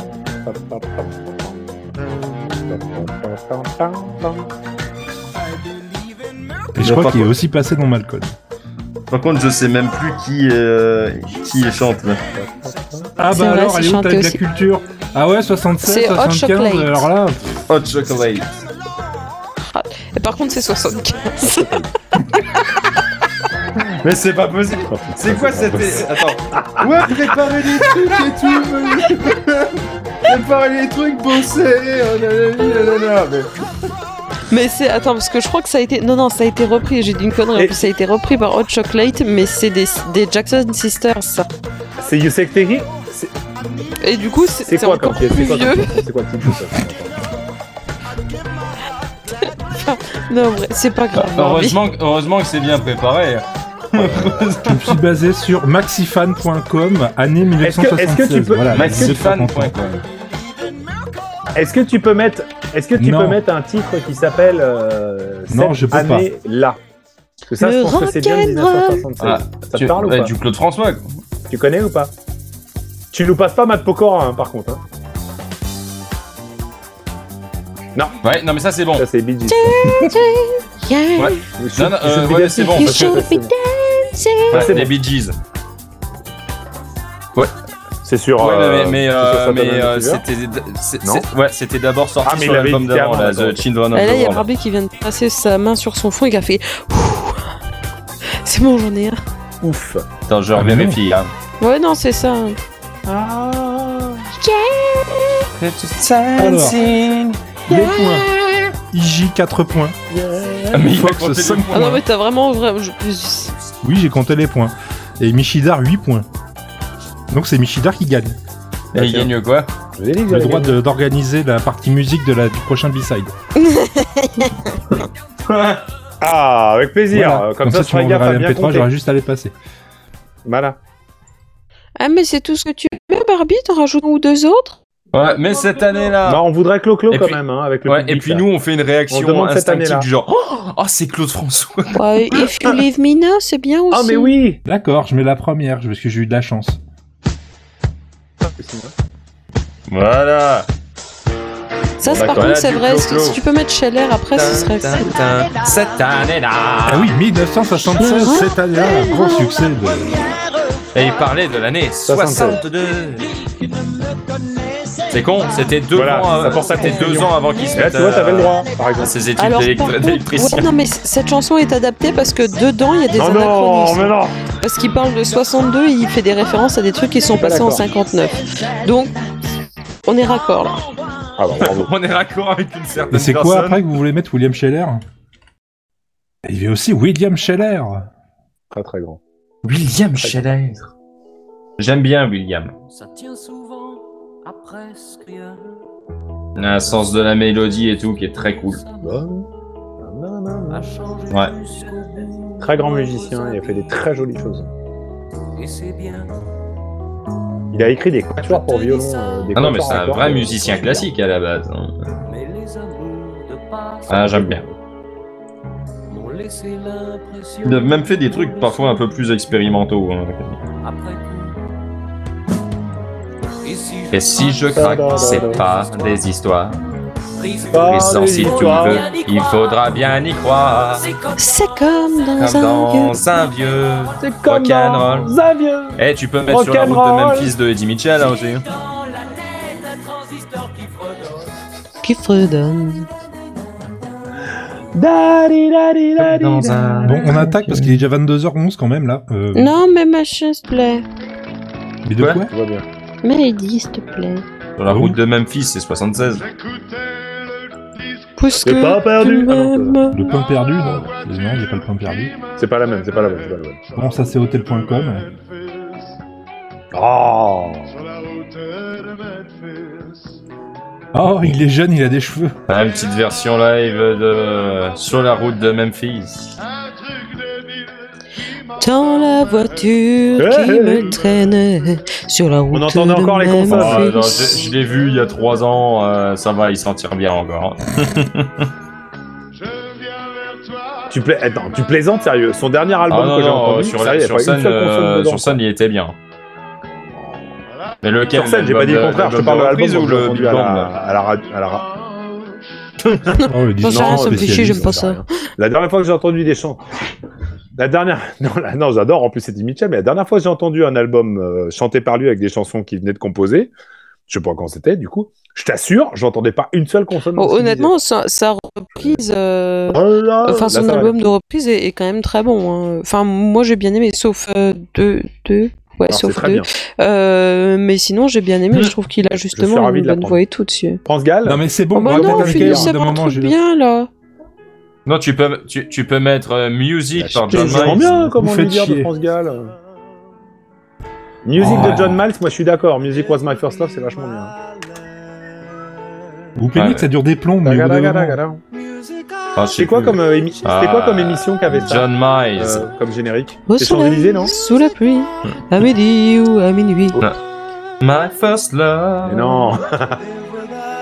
S3: Et je
S5: Bon,
S3: crois
S5: par
S3: qu'il est
S5: contre-
S3: aussi passé dans Malcolm.
S5: Par contre, je sais même plus qui, euh, qui chante. là.
S3: Ah bah
S6: C'est vrai,
S3: alors,
S6: c'est
S3: elle est où
S6: chanté
S3: t'as de la
S6: aussi.
S3: culture Ah ouais, 76,
S6: C'est Hot
S3: 75,
S6: Chocolate.
S3: alors là...
S5: Hot chocolate.
S6: Et par contre, c'est 75.
S5: Mais c'est pas possible. C'est quoi cette. Attends. Ouais, préparer les trucs et tout. préparer les trucs, bosser. oh là là là là là, mais-
S6: mais c'est. Attends, parce que je crois que ça a été. Non, non, ça a été repris. J'ai dit une connerie. En
S4: Et-
S6: plus, ça a été repris par Hot Chocolate, mais c'est des, des Jackson Sisters, ça.
S4: C'est Youssef Tegui C'est-
S6: Et du coup, c'est
S4: C'est
S6: c'est
S4: quoi
S6: encore
S4: comme pièce
S6: plus
S4: C'est quoi comme
S6: vieux.
S4: pièce C'est quoi le titre ça
S6: Non, en vrai, c'est pas grave.
S4: Bah,
S6: Barbie.
S5: Heureusement, que- heureusement que c'est bien préparé.
S3: Je me suis basé sur maxifan.com, année
S4: Est-ce que-
S3: 1976.
S4: est-ce que tu peux-
S3: voilà, j'ai pas compris.
S5: Maxifan.com.
S4: Est-ce que tu peux mettre Est-ce que tu
S3: Non.
S4: peux mettre un titre qui s'appelle euh,
S3: Non, je peux pas.
S4: là Parce que ça, je
S6: Le
S4: pense que c'est bien de
S6: rock'n'roll.
S4: 1976.
S5: Ah,
S4: ça te
S5: Tu-
S4: parle ou
S5: bah,
S4: pas
S5: Du Claude François. quoi.
S4: Tu connais ou pas Tu nous passes pas Matt Pokora, hein, par contre. hein.
S5: Ouais, non mais ça c'est bon.
S4: Ça, c'est Bee Gees.
S6: Yeah.
S5: Ouais.
S4: Je- je-
S5: Non, non,
S4: je-
S5: euh,
S4: je-
S5: ouais,
S4: je-
S5: c'est bon,
S4: je-
S6: ça,
S4: je-
S6: c'est-
S4: c'est bon.
S5: Ouais,
S4: c'est
S5: les
S4: bon.
S5: Bee Gees.
S4: C'est sur.
S5: Ouais, mais, mais,
S4: euh, c'est
S5: euh,
S4: sur Saturn
S5: mais,
S4: and
S5: euh,
S4: Fever.
S5: c'était c'est-
S4: Non.
S5: c'est- ouais, c'était d'abord sorti
S4: Ah, mais
S5: sur
S4: il avait
S5: l'album
S4: dit
S5: d'avant,
S4: avant,
S5: là,
S4: d'accord.
S5: The Children of
S6: Et Ah, là,
S5: the
S6: il y a
S5: World.
S4: hein.
S6: Barbie qui vient de passer sa main sur son front et qui a fait. Ouh. C'est bon, j'en ai un.
S4: Ouf.
S5: Attends, je
S3: Ah, mais non.
S5: vérifie. hein.
S6: Ouais, non, c'est ça.
S3: Alors, les points. IJ 4 points.
S5: Ah, mais il
S3: Fox,
S5: faut compter
S3: cinq
S5: les
S6: Ah
S5: points.
S6: non, mais t'as vraiment. vraiment je- je-
S3: Oui, j'ai compté les points. Et Michidar 8 points. Donc c'est Michidar qui gagne.
S5: Et il gagne quoi
S4: Bah, Je vous ai dit que
S3: Le
S4: j'allais
S3: droit
S4: gagner.
S3: de- d'organiser la partie musique de la, du prochain B-side.
S4: Ah, avec plaisir.
S3: Voilà.
S4: Comme, ça,
S3: tu
S4: ça, Strega
S3: m'enverras
S4: va
S3: les
S4: bien
S3: MP3,
S4: compter.
S3: j'aurai juste à les passer.
S4: Voilà.
S6: Ah, mais c'est tout ce que tu veux, Barbie T'en rajoutes un ou deux autres
S5: Ouais, mais cette année-là.
S4: Non, Bah, on voudrait Clo-Clo
S5: Et
S4: quand
S5: puis-
S4: même, hein, avec le
S5: Ouais,
S4: public,
S5: et puis
S4: là.
S5: nous, on fait une
S4: On
S5: réaction
S4: demande cette
S5: instinctive
S4: année-là.
S5: du genre Oh, oh, c'est Claude
S6: *laughs*
S5: François.
S6: Ouais, If
S4: *coughs*
S6: You Leave Me Now, c'est bien aussi.
S4: Ah, mais oui
S3: D'accord, je mets la première, parce que j'ai eu de la chance.
S4: Eh,
S5: Voilà.
S6: Ça,
S4: Bah,
S6: c'est- par
S5: D'accord.
S6: contre,
S5: Là,
S6: c'est
S5: du
S6: vrai. Si,
S5: clo-clo.
S6: si tu peux mettre Scheller après, ce serait.
S5: Cette
S3: Ah
S5: année-là.
S3: oui, 1976,
S6: Ah.
S3: cette année-là, un grand succès de...
S5: Et il parlait de l'année 62. C'est con, c'était deux
S4: Voilà,
S5: ans.
S4: c'est
S5: avant-
S4: pour ça qu'on
S5: c'était deux
S4: fait.
S5: ans avant qu'il se
S4: Et là,
S5: mette
S4: tu vois,
S5: à-
S4: t'avais le droit, par
S5: à
S4: exemple.
S5: ses études
S6: Alors,
S5: d'élec-
S6: par contre,
S5: d'électricien.
S6: ouais, non, mais c- cette chanson est adaptée parce que dedans, il y a des
S4: Non, non,
S6: anachronismes.
S4: mais non
S6: Parce qu'il parle de 62 et il fait des références à des trucs qui sont
S4: Pas
S6: passés en
S4: d'accord.
S6: 59. Donc, on est raccord là.
S4: Ah, bah, bravo.
S5: *laughs* On est raccord avec une certaine
S3: Et c'est
S5: personne.
S3: quoi après que vous voulez mettre William Scheller Il y avait aussi William Scheller
S4: Très, très grand.
S5: William Scheller. J'aime bien William.
S9: Ça tient souvent à presque rien.
S5: Il a un sens de la mélodie et tout qui est très cool.
S9: A
S4: Ah,
S9: changé
S5: Ouais.
S9: jusqu'au bout
S4: Très grand musicien, il a fait des très jolies choses.
S9: Et c'est bien.
S4: Il a écrit des quatuors pour violon. euh, des
S5: Ah non, mais
S4: quatuors
S5: c'est un
S4: encore,
S5: vrai
S4: euh,
S5: musicien classique à la base. hein.
S9: Mais les amours de passe
S5: Ah, j'aime bien.
S9: m'ont laissé l'impression.
S5: Il a même fait des trucs parfois un peu plus expérimentaux. hein.
S9: Après coup. Et si
S5: Et si je craque, c'est pas des histoires.
S9: Brise-
S5: Brisant si tu veux, il faudra bien y croire.
S9: C'est comme
S6: C'est comme dans
S5: Comme
S6: un vieux.
S5: dans un vieux
S4: C'est comme
S5: rock'n'roll.
S4: un vieux.
S5: Eh, tu peux mettre sur la route de
S4: Rock'n'roll.
S5: Memphis de Eddie Mitchell hein, aussi.
S9: dans la tête un transistor
S1: qui
S9: qui fredonne.
S1: fredonne.
S4: Dari, dari, dari,
S5: Dans
S4: dari.
S5: un-
S3: Bon, on attaque parce qu'il est déjà 22h11 quand même là. Euh,
S6: Non, mais machin, s'il te plaît.
S3: Mais de
S5: Ouais.
S3: quoi
S4: Tout va bien.
S6: Mais il dit, s'il te plaît.
S5: Sur la route de Memphis, c'est 76.
S6: Parce
S4: C'est
S6: que
S4: pas perdu.
S6: tu
S4: Ah non,
S6: m'aimes.
S3: Le point perdu Non, non il n'y a pas le point perdu.
S4: C'est pas la même, c'est pas la même, c'est pas la même.
S3: Bon, ça c'est hotel.com.
S4: Oh
S3: Oh, il est jeune, il a des cheveux.
S5: Ah, une petite version live de Sur la route de Memphis.
S6: Dans la voiture qui
S4: Hey.
S6: me traîne sur la route.
S4: On entendait encore les
S6: de
S5: Oh,
S4: consonnes.
S6: Memphis.
S5: non, je je l'ai vu il y a 3 ans, euh, ça va, il s'en tire bien encore.
S4: Tu, pla- Attends, tu plaisantes, sérieux Son dernier
S5: Ah
S4: album
S5: non,
S4: que j'ai
S5: non,
S4: entendu,
S5: sur,
S4: sérieux, il y a
S5: sur
S4: pas une
S5: scène,
S4: seule consonne
S5: euh,
S4: dedans.
S5: sur scène, il était bien. Mais lequel
S4: Sur scène, j'ai
S5: l'album
S4: pas dit le
S5: de-
S4: contraire, je te
S5: l'album
S4: parle de
S5: reprise
S4: l'album
S5: ou
S4: que j'ai
S5: le
S4: entendu
S5: Big
S4: à
S5: Bang,
S4: la-
S5: là
S4: à la radio. à la ra-
S3: Oh, le
S6: J'en sais
S4: Non,
S6: rien, ça me fait chier,
S4: spécialiste,
S6: j'aime pas
S4: j'en sais
S6: ça.
S4: La dernière fois que j'ai entendu des chants. La dernière. *laughs* Non, la- non j'adore, en plus, c'est Mitchell, mais la dernière fois que j'ai entendu un album euh, chanté par lui avec des chansons qu'il venait de composer, je sais pas quand c'était, du coup, je t'assure, j'entendais pas une seule consonne. dans
S6: Bon,
S4: ce qu'il
S6: Oh, honnêtement, sa, sa reprise, euh,
S4: disait. Oh là,
S6: enfin
S4: là, ça
S6: son
S4: va.
S6: album de reprise est, est quand même très bon. hein. Enfin, moi j'ai bien aimé, sauf euh, deux, deux, ouais,
S4: Alors, c'est
S6: sauf
S4: très
S6: deux.
S4: bien.
S6: Euh, mais sinon, j'ai bien aimé. Je trouve qu'il a justement
S4: ravi
S6: une
S4: de la
S6: bonne
S4: prendre.
S6: voix et tout dessus.
S4: France Gall
S3: Non mais c'est bon,
S6: Oh bah
S3: on va
S6: non,
S3: mettre avec elle, au bout
S6: finissez
S3: d'un
S6: par un
S3: moment,
S6: truc
S3: je-
S6: bien là.
S5: Non, tu peux, tu, tu peux mettre euh, Music par
S4: C'est
S5: John
S4: vraiment
S5: Miles.
S4: bien, comment
S3: vous
S4: on
S3: faites
S4: dit dire de
S3: chier.
S4: France Gall.
S5: Oh.
S4: Music de John Miles, moi je suis d'accord. Music was my first love, c'est vachement bien.
S3: Vous plaignez
S5: Ouais.
S3: que ça dure des plombs, mais au bout d'un moment-
S5: Enfin, je sais
S4: C'est quoi
S5: plus.
S4: comme, euh, émi- c'était quoi
S5: Ah,
S4: comme émission qu'avait ça
S5: John Miles.
S4: Euh, Comme générique
S6: Au
S4: C'est Champs-Élysées,
S6: soleil,
S4: non
S6: sous la pluie, à midi ou à minuit.
S5: My first love.
S4: Mais non *laughs*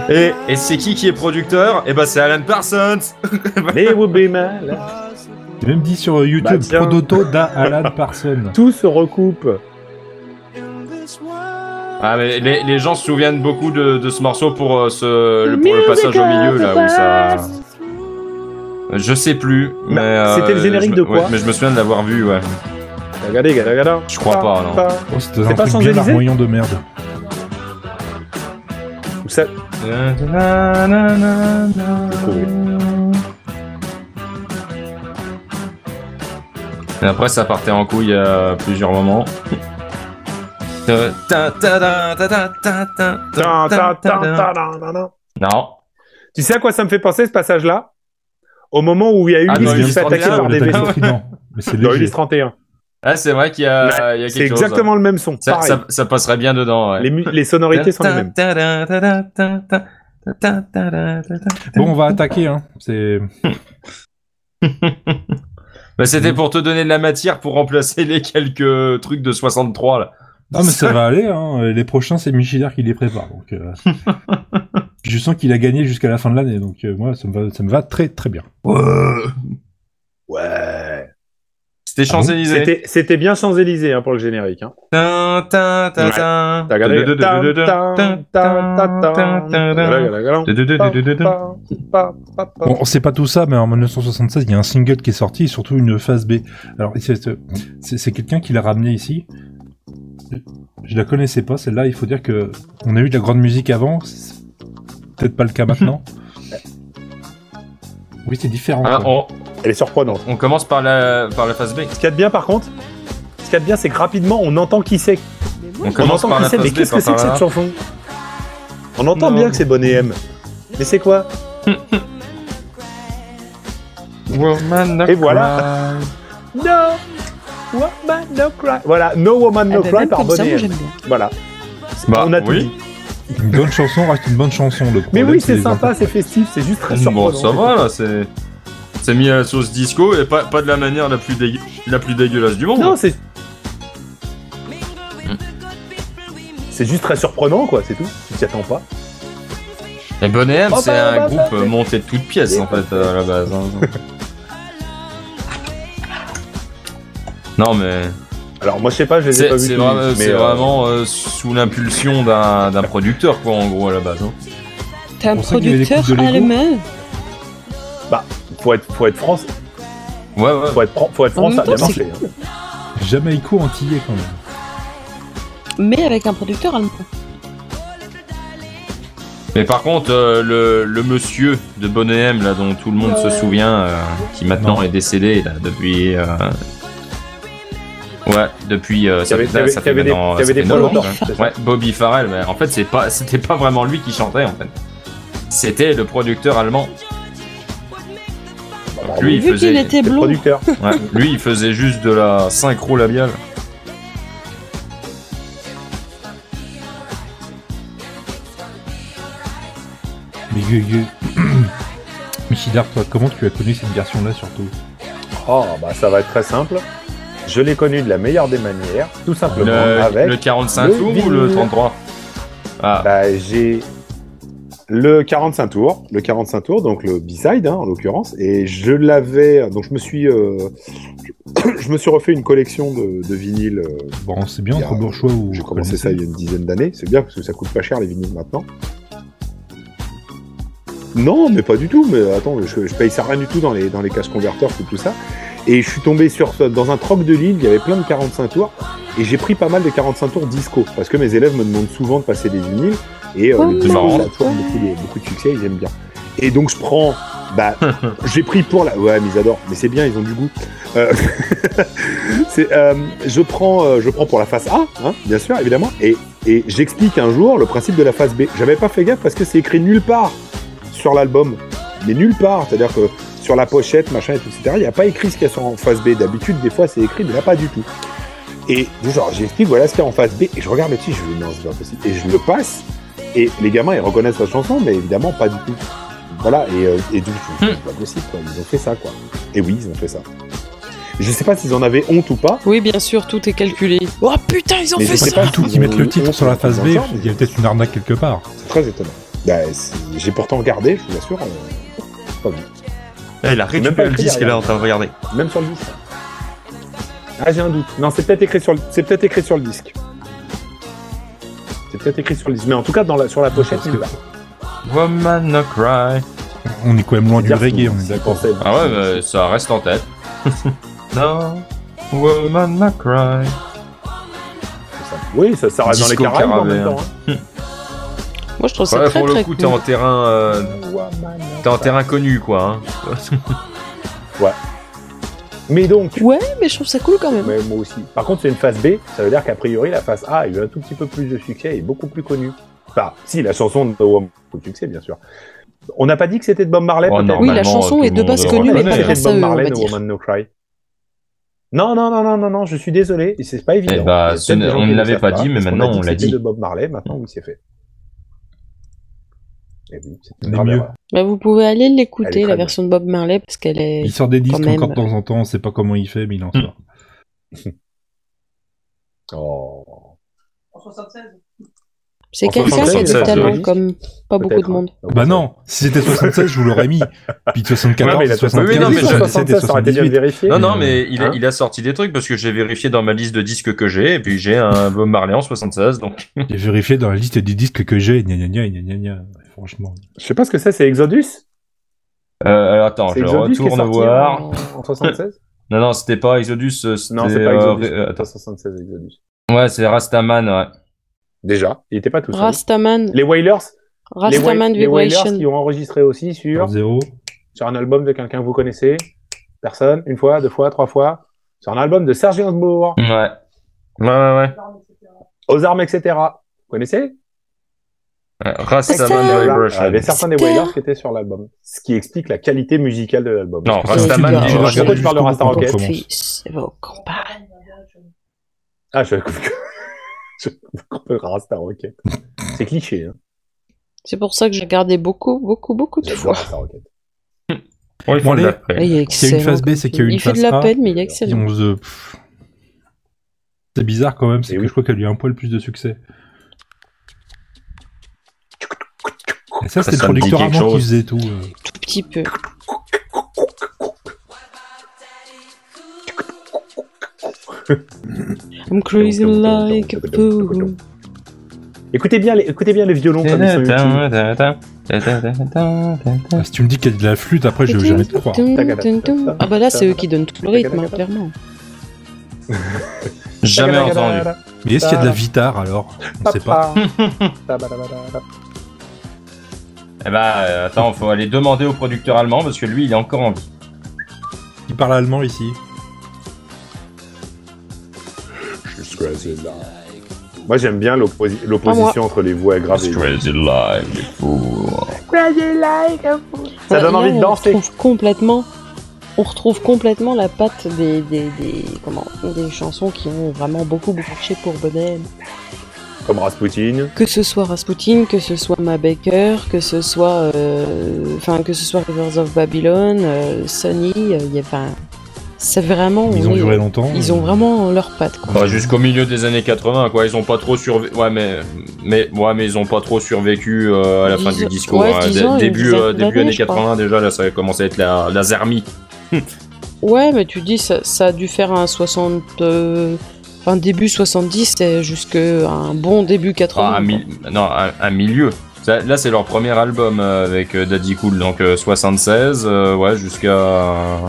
S5: Et, et c'est qui qui est producteur Eh ben c'est Alan Parsons.
S4: Mais vous be mal.
S3: J'ai même dit sur YouTube,
S4: Bah, tiens.
S3: Prodoto da Alan Parson.
S4: Tout se recoupe.
S5: Ah mais les, les gens se souviennent beaucoup de, de ce morceau pour euh, ce le, pour le passage au milieu là où ça. Je sais plus.
S4: Mais
S5: Mais, euh,
S4: Bah, c'était le générique
S5: je me-
S4: de quoi
S5: ouais, Mais je me souviens de l'avoir vu. Ouais.
S4: Regardez, regardez, regardez.
S5: Je crois pas, non.
S3: Oh, c'était
S4: C'est
S3: un
S4: pas
S3: truc bien
S4: Champs-Élysées
S3: larmoyant de merde.
S4: Ou ça-
S5: Et après ça partait en couille à plusieurs moments.
S4: Tan, tan, tan, tan, tan, tan, tan.
S5: Non.
S4: Tu sais à quoi ça me fait penser ce passage-là Au moment où il y a
S5: Ah, dans
S4: Ulysse qui se
S5: Ulysse
S4: fait attaquer
S5: 31,
S4: par des
S3: Le
S4: vaisseaux.
S3: trident. Mais c'est
S4: Dans Ulysse
S3: léger.
S4: 31.
S5: Ah c'est vrai qu'il y a, il y a quelque chose. hein.
S4: C'est exactement le même son.
S5: Ça,
S4: pareil.
S5: ça, ça passerait bien dedans. Ouais.
S4: Les, mu- les sonorités sont les mêmes.
S3: Bon, on va attaquer, hein. C'est...
S5: Bah, c'était pour te donner de la matière pour remplacer les quelques trucs de 63 là.
S3: Non,
S5: *laughs*
S3: mais ça va aller, hein. Les prochains, c'est Michidar qui les prépare, donc... *laughs* euh, Je sens qu'il a gagné jusqu'à la fin de l'année, donc euh, moi, ça me va, ça me va très très bien.
S4: Ouais.
S5: C'était Champs-Élysées.
S4: C'était- C'était bien Champs-Élysées hein, pour le générique. Hein.
S5: Tin, tin, tin, tin.
S4: T'as regardé
S5: Tin, tin, tin, tin, tin, tin.
S3: Bon, on sait pas tout ça, mais en 1976, il y a un single qui est sorti, et surtout une phase B. Alors, c'est, c'est- c'est quelqu'un qui l'a ramené ici. Je la connaissais pas, celle-là. Il faut dire que on a eu de la grande musique avant. C'est peut-être pas le cas maintenant. Oui, c'est différent.
S5: Ah,
S3: quoi.
S5: on,
S4: Elle est surprenante.
S5: on commence par la, par la phase B.
S4: Ce qu'il y a de bien par contre, ce qu'il y a de bien, c'est que rapidement on entend qui c'est.
S5: On
S4: On
S5: commence
S4: entend
S5: par
S4: qui
S5: la
S4: c'est,
S5: phase
S4: mais
S5: B.
S4: qu'est-ce que c'est que cette
S5: Tintin.
S4: chanson On entend bien que c'est Bonnet M. Mais c'est quoi
S5: Woman
S4: Et voilà. No Woman No Cry. Voilà, No Woman
S1: Ah
S4: No
S1: bah,
S4: Cry
S1: même
S4: par
S1: comme ça,
S4: Bonnet
S1: moi
S4: M.
S1: j'aime bien.
S4: Voilà.
S5: Bah,
S4: on a tout
S5: oui.
S4: dit.
S3: Une bonne chanson reste une bonne chanson. Le
S4: Mais
S3: problème,
S4: oui, c'est
S3: les
S4: sympa, c'est
S3: interprètes.
S4: festif, c'est juste très surprenant.
S5: Bon, ça va là, c'est. C'est mis à la sauce disco et pas, pas de la manière la plus, dégue- la plus dégueulasse du monde.
S4: Non, c'est.
S5: Hmm.
S4: C'est juste très surprenant, quoi, c'est tout. Tu t'y attends pas.
S5: Et Bonnet M,
S4: Oh,
S5: c'est
S4: bah,
S5: un
S4: bah,
S5: groupe
S4: bah,
S5: euh, monté de toutes pièces en fait euh, à la base.
S4: *laughs*
S5: hein. non mais
S4: Alors, moi, je sais pas, je les ai
S5: c'est
S4: pas vus.
S5: c'est
S4: tous,
S5: vra-
S4: mais,
S5: c'est
S4: euh,
S5: vraiment euh, sous l'impulsion d'un d'un producteur quoi en gros à la base. hein.
S6: T'es un
S3: pour ça qu'il y avait des
S6: producteur
S3: coupes de Lego.
S6: allemand.
S4: Faut être, faut être France,
S5: Ouais ouais.
S4: faut être, Fran- faut être
S6: En
S4: France, ça a
S6: même
S4: bien
S6: temps,
S4: marché. hein.
S3: Jamaïco-antillais quand même.
S6: Mais avec un producteur allemand.
S5: Mais par contre euh, le, le monsieur de Bonnet M là dont tout le monde se souvient euh, qui maintenant
S3: Non.
S5: est décédé là depuis. euh, Ouais, depuis euh, ça
S4: T'avais-
S5: fait, là, ça fait
S4: t'avais- t'avais des-
S5: maintenant- ça
S4: t'avais
S5: fait
S4: des
S5: neuf
S4: poils
S5: ans, hein.
S4: au torse,
S5: ouais.
S4: c'est ça
S5: Ouais, Bobby Farrell, mais en fait, c'est pas, c'était pas vraiment lui qui chantait, en fait. C'était le producteur allemand.
S4: Bravo,
S5: Lui, il
S6: Vu qu'il
S5: faisait,
S6: était
S4: Ah, bah, c'est le
S6: blond.
S4: producteur.
S5: ouais, lui, il faisait juste de la synchro labiale.
S3: Mais Gueux, *clears throat* Gueux. Michidar, toi, comment tu as connu cette version-là surtout
S4: Oh, bah, ça va être très simple. Je l'ai connu de la meilleure des manières, tout
S5: Le,
S4: simplement avec.
S5: le 45
S4: le
S5: tours ou le
S4: vinyle.
S5: 33 Ah,
S4: Bah, j'ai le 45 tours, le 45 tours, donc le B-side hein, en l'occurrence, et je l'avais, donc je me suis, euh, *coughs* je, je me suis refait une collection de, de vinyles. euh,
S3: Bon, c'est bien
S4: il y a-
S3: entre bourgeois ou.
S4: J'ai commencé ça il y a une dizaine d'années, c'est bien parce que ça coûte pas cher les vinyles maintenant. Non, mais pas du tout, mais attends, je, je paye ça rien du tout dans les, dans les caches converteurs ou tout ça. Et je suis tombé sur dans un troc de Lille, il y avait plein de 45 tours, et j'ai pris pas mal de 45 tours disco, parce que mes élèves me demandent souvent de passer des vinyles, et euh,
S6: Oh,
S4: le disco,
S5: marrant.
S4: ça tourne beaucoup de, beaucoup de succès, ils aiment bien. Et donc je prends, bah, j'ai pris pour la, ouais, mais ils adorent, mais c'est bien, ils ont du goût. Euh, *laughs* c'est, euh, je, prends, euh, je prends pour la face A, hein, bien sûr, évidemment, et, et j'explique un jour le principe de la face B. J'avais pas fait gaffe parce que c'est écrit nulle part sur l'album, mais nulle part, c'est-à-dire que sur la pochette, machin et tout, etc., il n'y a pas écrit ce qu'il y a sur en face B. D'habitude, des fois, c'est écrit, mais là, pas du tout. Et du genre, j'explique, voilà ce qu'il y a en face B, et je regarde là-dessus, je me dis, non, c'est pas possible. Et je le passe, et les gamins, ils reconnaissent la chanson, mais évidemment, pas du tout. Voilà, et, euh, et donc, je me
S6: Hmm.
S4: dis, c'est pas possible, quoi. Ils ont fait ça, quoi. Et oui, ils ont fait ça. Je sais pas s'ils en avaient honte ou pas,
S6: Oui, bien sûr, tout est calculé. Oh putain, ils ont
S4: Mais
S6: fait
S4: je sais
S6: ça
S4: pas,
S3: Surtout
S4: ils
S3: qu'ils mettent
S4: ont-
S3: le titre
S4: ils
S3: sur la
S4: ont-
S3: face B,
S4: ils ont-
S3: il y a peut-être une arnaque quelque part.
S4: C'est très étonnant. Bah, c'est- J'ai pourtant regardé, je vous assure. euh, pas vu.
S11: Là, il a
S4: même pas
S11: récupéré le
S4: écrit
S11: disque, et là,
S4: derrière.
S11: en train de regarder.
S4: Même sur le disque. Ah, j'ai un doute. Non, c'est peut-être écrit, sur le... c'est peut-être écrit sur le disque. C'est peut-être écrit sur le disque. Mais en tout cas, dans la... sur la pochette,
S3: Parce
S4: il
S3: que-
S4: l'a.
S5: Woman no cry.
S3: On est quand même loin du
S4: C'est-à-dire
S3: reggae,
S4: qu'il-
S3: on est
S4: s'il
S3: d'accord.
S4: pensait-
S5: Ah ouais, bah, ça reste en *laughs* tête.
S7: Non.
S5: Woman no cry.
S4: c'est ça. Oui, ça, ça reste dans les
S5: Disco
S4: Caraïbes en
S5: Carabée,
S4: même temps.
S6: Moi, je trouve ça
S5: Ouais,
S6: très
S5: pour
S6: très
S5: le coup, t'es en
S6: cool.
S5: terrain, euh,
S4: hein.
S5: t'es en terrain connu, quoi. hein. *laughs*
S4: Mais donc,
S6: Ouais, mais je trouve ça cool quand même.
S4: mais moi aussi. Par contre, c'est une phase B, ça veut dire qu'a priori, la phase A a eu un tout petit peu plus de succès et est beaucoup plus connue. Enfin, si, la chanson de Wham, beaucoup de succès, bien sûr. On n'a pas dit que c'était de Bob Marley,
S5: Oh,
S4: peut-être hein.
S5: non,
S6: Oui, la
S5: normalement,
S6: chanson
S5: tout
S6: est
S5: le
S6: de
S5: monde
S6: base
S5: le
S6: connue, mais
S5: reconnaît.
S6: pas
S4: C'était
S6: grâce
S4: Bob
S6: à eux, on
S4: Marley
S6: va
S4: de
S6: dire.
S4: Woman No Cry. Non, non, non, non, non, non, je suis désolé, et c'est pas évident.
S5: Eh ben,
S4: Il y a
S5: ce
S4: peut-être
S5: n'est-
S4: des gens
S5: on
S4: qui
S5: ne
S4: le
S5: l'avait
S4: savent
S5: pas dit, mais
S4: parce qu'on
S5: maintenant,
S4: a
S5: on
S4: que
S5: l'a
S4: c'était
S5: dit.
S4: de Bob Marley, maintenant, oui, c'est fait. Et oui, c'était
S3: Mais
S4: grave
S3: mieux.
S4: erreur.
S6: Bah, vous pouvez aller
S4: Elle est
S6: l'écouter,
S4: très
S6: la
S4: bien.
S6: version de Bob Marley, parce qu'elle est.
S3: Il sort des disques
S6: Quand même.
S3: encore de temps en temps, on sait pas comment il fait, mais il
S4: Hmm.
S3: en sort.
S4: Oh.
S6: C'est
S4: En
S6: quelqu'un qui a du
S5: 76,
S6: talent,
S4: oui.
S6: comme pas beaucoup
S4: Peut-être,
S6: de monde.
S4: hein.
S3: Bah non, si c'était 76, je vous l'aurais mis. Puis de 74,
S4: Ouais, mais il a
S3: de
S4: peut-être
S3: 75,
S5: Oui, non, mais
S3: de
S5: je-
S3: 77,
S4: 76, ça aurait été bien de
S3: 78.
S4: vérifier.
S5: Non, non, mais il, a-
S4: Hein
S5: il a sorti des trucs parce que j'ai vérifié dans ma liste de disques que j'ai et puis j'ai un Bob Marley en 76, donc
S3: J'ai vérifié dans la liste des disques que j'ai, gna gna gna gna gna gna. Franchement.
S4: Je sais pas ce que c'est, c'est Exodus
S5: Euh, alors, attends,
S4: C'est
S5: je
S4: Exodus qui est
S5: retourne
S4: sorti
S5: voir.
S4: en- en 76
S5: Non, non, c'était pas Exodus. euh, c'était,
S4: Non, c'est pas Exodus.
S5: euh,
S4: c'est pas 76 Exodus.
S5: attends. ouais, c'est Rastaman, ouais.
S4: Déjà, il était pas tout seul.
S6: Rastaman,
S4: hein. Les Wailers, les, Wa-
S6: Rastaman
S4: les Wailers
S6: Vibration.
S4: qui ont enregistré aussi sur,
S3: 0.
S4: sur un album de quelqu'un que vous connaissez. Personne, une fois, deux fois, trois fois. Sur un album de Serge Gainsbourg,
S5: Ouais. Ouais, ouais, ouais.
S4: Aux Armes, etc. Vous connaissez
S5: Ouais, Rastaman
S6: Rastaman.
S4: Il y
S5: Vibration.
S4: avait certains des
S6: C'était-
S4: Wailers qui étaient sur l'album. Ce qui explique la qualité musicale de l'album.
S5: Non,
S3: Parce que
S6: Rastaman
S3: tu l'as-
S6: dit-
S3: tu l'as
S4: Pourquoi
S3: regardé
S4: tu parles de
S3: jusqu'au
S4: Rasta
S3: bout
S4: Rocket
S3: quand on commence.
S6: Fils, va au combat.
S4: Ah, je *laughs* je comprendrai Rasta Rocket. C'est cliché. Hein.
S6: C'est pour ça que j'ai regardé beaucoup, beaucoup, beaucoup de
S4: J'adore
S6: fois.
S4: Rasta Rocket.
S5: Ouais, ils font de la pré.
S6: Ah, il est
S3: S'il y a une
S6: excellent,
S3: phase B, c'est qu'il y a
S6: comme
S3: une
S6: film. Il fait de
S3: phase
S6: la
S3: A,
S6: peine, mais il est
S3: Et
S6: excellent.
S3: on se- euh, pff. C'est bizarre quand même, c'est
S5: Eh
S4: Et
S3: que
S4: oui.
S3: je crois qu'elle a eu un poil plus de succès. Et ça, c'était le
S5: Ça me dit
S3: producteur
S5: quelque
S3: avant qui
S5: chose.
S3: faisait tout. euh.
S6: Tout
S3: *laughs*
S6: petit peu. I'm crazy like a fool.
S4: Écoutez bien, les- écoutez bien les violons comme ils sont utiles.
S3: Ah, si tu me dis qu'il y a de la flûte, après, je vais jamais te croire.
S6: Ah bah là, c'est eux qui donnent tout le rythme, hein, clairement.
S5: Jamais entendu.
S3: Mais est-ce qu'il y a de la guitare alors On sait pas.
S5: *laughs* Eh bah, euh, attends, faut aller demander au producteur allemand parce que lui, il est encore en vie.
S3: Il parle allemand ici.
S4: Moi j'aime bien l'opposi- l'opposition entre les voix
S5: It's
S4: aggravées.
S5: crazy life, les fous.
S4: Ça
S6: Ouais,
S4: donne
S6: là,
S4: envie de
S6: On
S4: danser.
S6: retrouve complètement, on retrouve complètement la patte des, des, des, comment, des chansons qui ont vraiment beaucoup marché pour Bonhème.
S4: Comme Rasputin.
S6: Que ce soit Rasputin, que ce soit Ma Baker, que ce soit, euh, enfin, que ce soit Rivers of Babylon, euh, Sunny, euh, il y a, enfin, C'est vraiment.
S3: Ils ont
S6: oui,
S3: duré Bah, longtemps.
S6: Ils ont vraiment leurs pattes, quoi.
S5: Enfin, Jusqu'au milieu des années 80, Ah, quoi. Ils ont pas trop survécu. Ouais, mais, mais, ouais, mais ils ont pas trop survécu euh, à la fin
S6: Dix-
S5: du discours.
S6: ouais,
S5: hein.
S6: dix
S5: Dé-
S6: ans, une
S5: début
S6: dizaine
S5: euh, début
S6: d'années,
S5: années
S6: je crois.
S5: 80, déjà, là, ça commence à être la, la zermie.
S6: Ouais, mais tu dis, ça, ça a dû faire un 60. euh, Enfin, début 70 et jusqu'à un bon début 80.
S3: Bah,
S5: Ah, un, mi- non, un, un milieu. Ça- là, c'est leur premier album euh, avec euh, Daddy Cool, donc euh, 76, euh, ouais, jusqu'à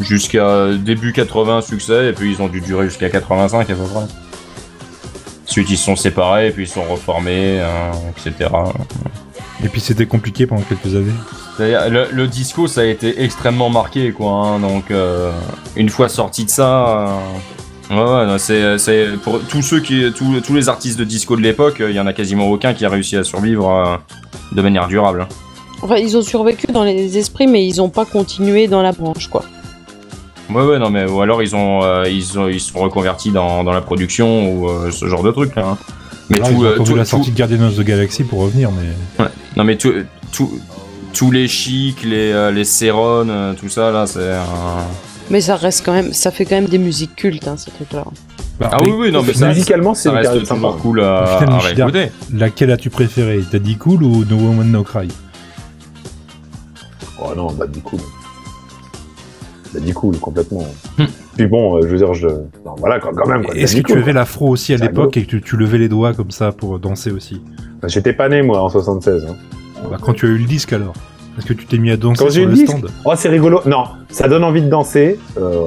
S5: jusqu'à début 80 succès, et puis ils ont dû durer jusqu'à 85 à peu près. Ensuite, ils se sont séparés, puis ils se sont reformés, euh, etc.
S3: Et puis c'était compliqué pendant quelques années.
S5: C'est-à-dire, le, le disco, ça a été extrêmement marqué, quoi. hein, donc, euh, une fois sorti de ça, euh, ouais, ouais, non, c'est, c'est pour tous ceux qui, tous, tous les artistes de disco de l'époque, euh, il y en a quasiment aucun qui a réussi à survivre euh, de manière durable. hein.
S6: Enfin, ils ont survécu dans les esprits, mais ils ont pas continué dans la branche, quoi.
S5: Ouais, ouais, non, mais ou alors ils ont, euh, ils ont, ils se sont reconvertis dans, dans la production ou euh, ce genre de truc là. hein. Mais
S3: Alors,
S5: tout,
S3: Ah, ils ont
S5: euh,
S3: attendu
S5: tout-
S3: la
S5: tout-
S3: sortie de Guardians of the Galaxy pour revenir, mais
S5: non mais tout, tout- tous les chics, les, euh, les Cérones, euh, tout ça là, c'est. un...
S6: Mais ça reste quand même, ça fait quand même des musiques cultes, hein, ces trucs-là.
S3: Bah,
S5: Ah oui, oui, non, mais ça,
S4: Musicalement, c'est
S5: ça
S4: une période
S5: reste
S4: sympa.
S5: toujours cool à,
S3: Au final,
S5: à
S3: Michidar-
S5: réécouter.
S3: laquelle as-tu préférée Daddy Cool ou No Woman No Cry
S4: Oh non, bah du coup. Bah du coup, complètement.
S5: Hmm.
S4: Puis bon, euh, je veux dire, je. Non, voilà, quand, quand
S5: Ah,
S4: même. quoi,
S3: Est-ce
S4: bah,
S3: que tu
S4: du coup,
S3: avais l'afro aussi à
S4: C'est
S3: l'époque et que tu, tu levais les doigts comme ça pour danser aussi
S4: quoi. J'étais pas né, moi, en 76. Hein.
S3: bah, Quand tu as eu le disque alors Est-ce que tu t'es mis à danser
S4: Quand j'ai
S3: sur
S4: eu
S3: le
S4: le disque
S3: stand
S4: Oh, c'est rigolo. Non, ça donne envie de danser. Euh,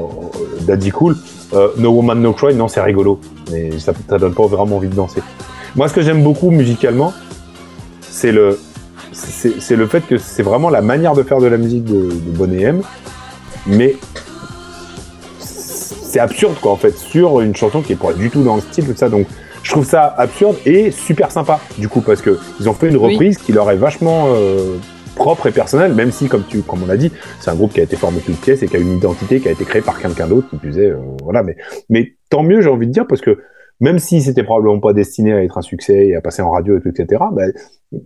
S4: Daddy Cool. Euh, no Woman, No Cry, non, c'est rigolo. Mais ça, ça donne pas vraiment envie de danser. Moi, ce que j'aime beaucoup musicalement, c'est le. C'est c'est le fait que c'est vraiment la manière de faire de la musique de, de Boney M, mais c'est absurde quoi en fait sur une chanson qui est pas du tout dans le style tout ça donc je trouve ça absurde et super sympa du coup parce que ils ont fait une
S6: Oui.
S4: reprise qui leur est vachement euh, propre et personnelle même si comme tu comme on l'a dit c'est un groupe qui a été formé de toutes pièces et qui a une identité qui a été créée par quelqu'un d'autre qui plus est, euh, voilà mais mais tant mieux j'ai envie de dire parce que même si c'était probablement pas destiné à être un succès et à passer en radio et tout, etc bah,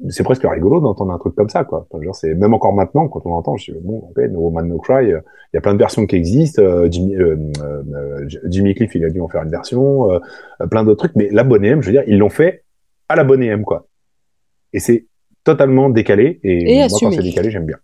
S4: c'est presque rigolo d'entendre un truc comme ça quoi Enfin, je veux dire, c'est même encore maintenant quand on l'entend je dis bon ok No Woman No Cry euh, il y a plein de versions qui existent. euh, Jimmy, euh, euh, euh, Jimmy Cliff, il a dû en faire une version, euh, euh, plein d'autres trucs. Mais la bonne M, je veux dire, ils l'ont fait à la bonne M, quoi. Et c'est totalement décalé. Et,
S6: Et
S4: moi,
S6: assumé.
S4: quand c'est décalé, j'aime bien.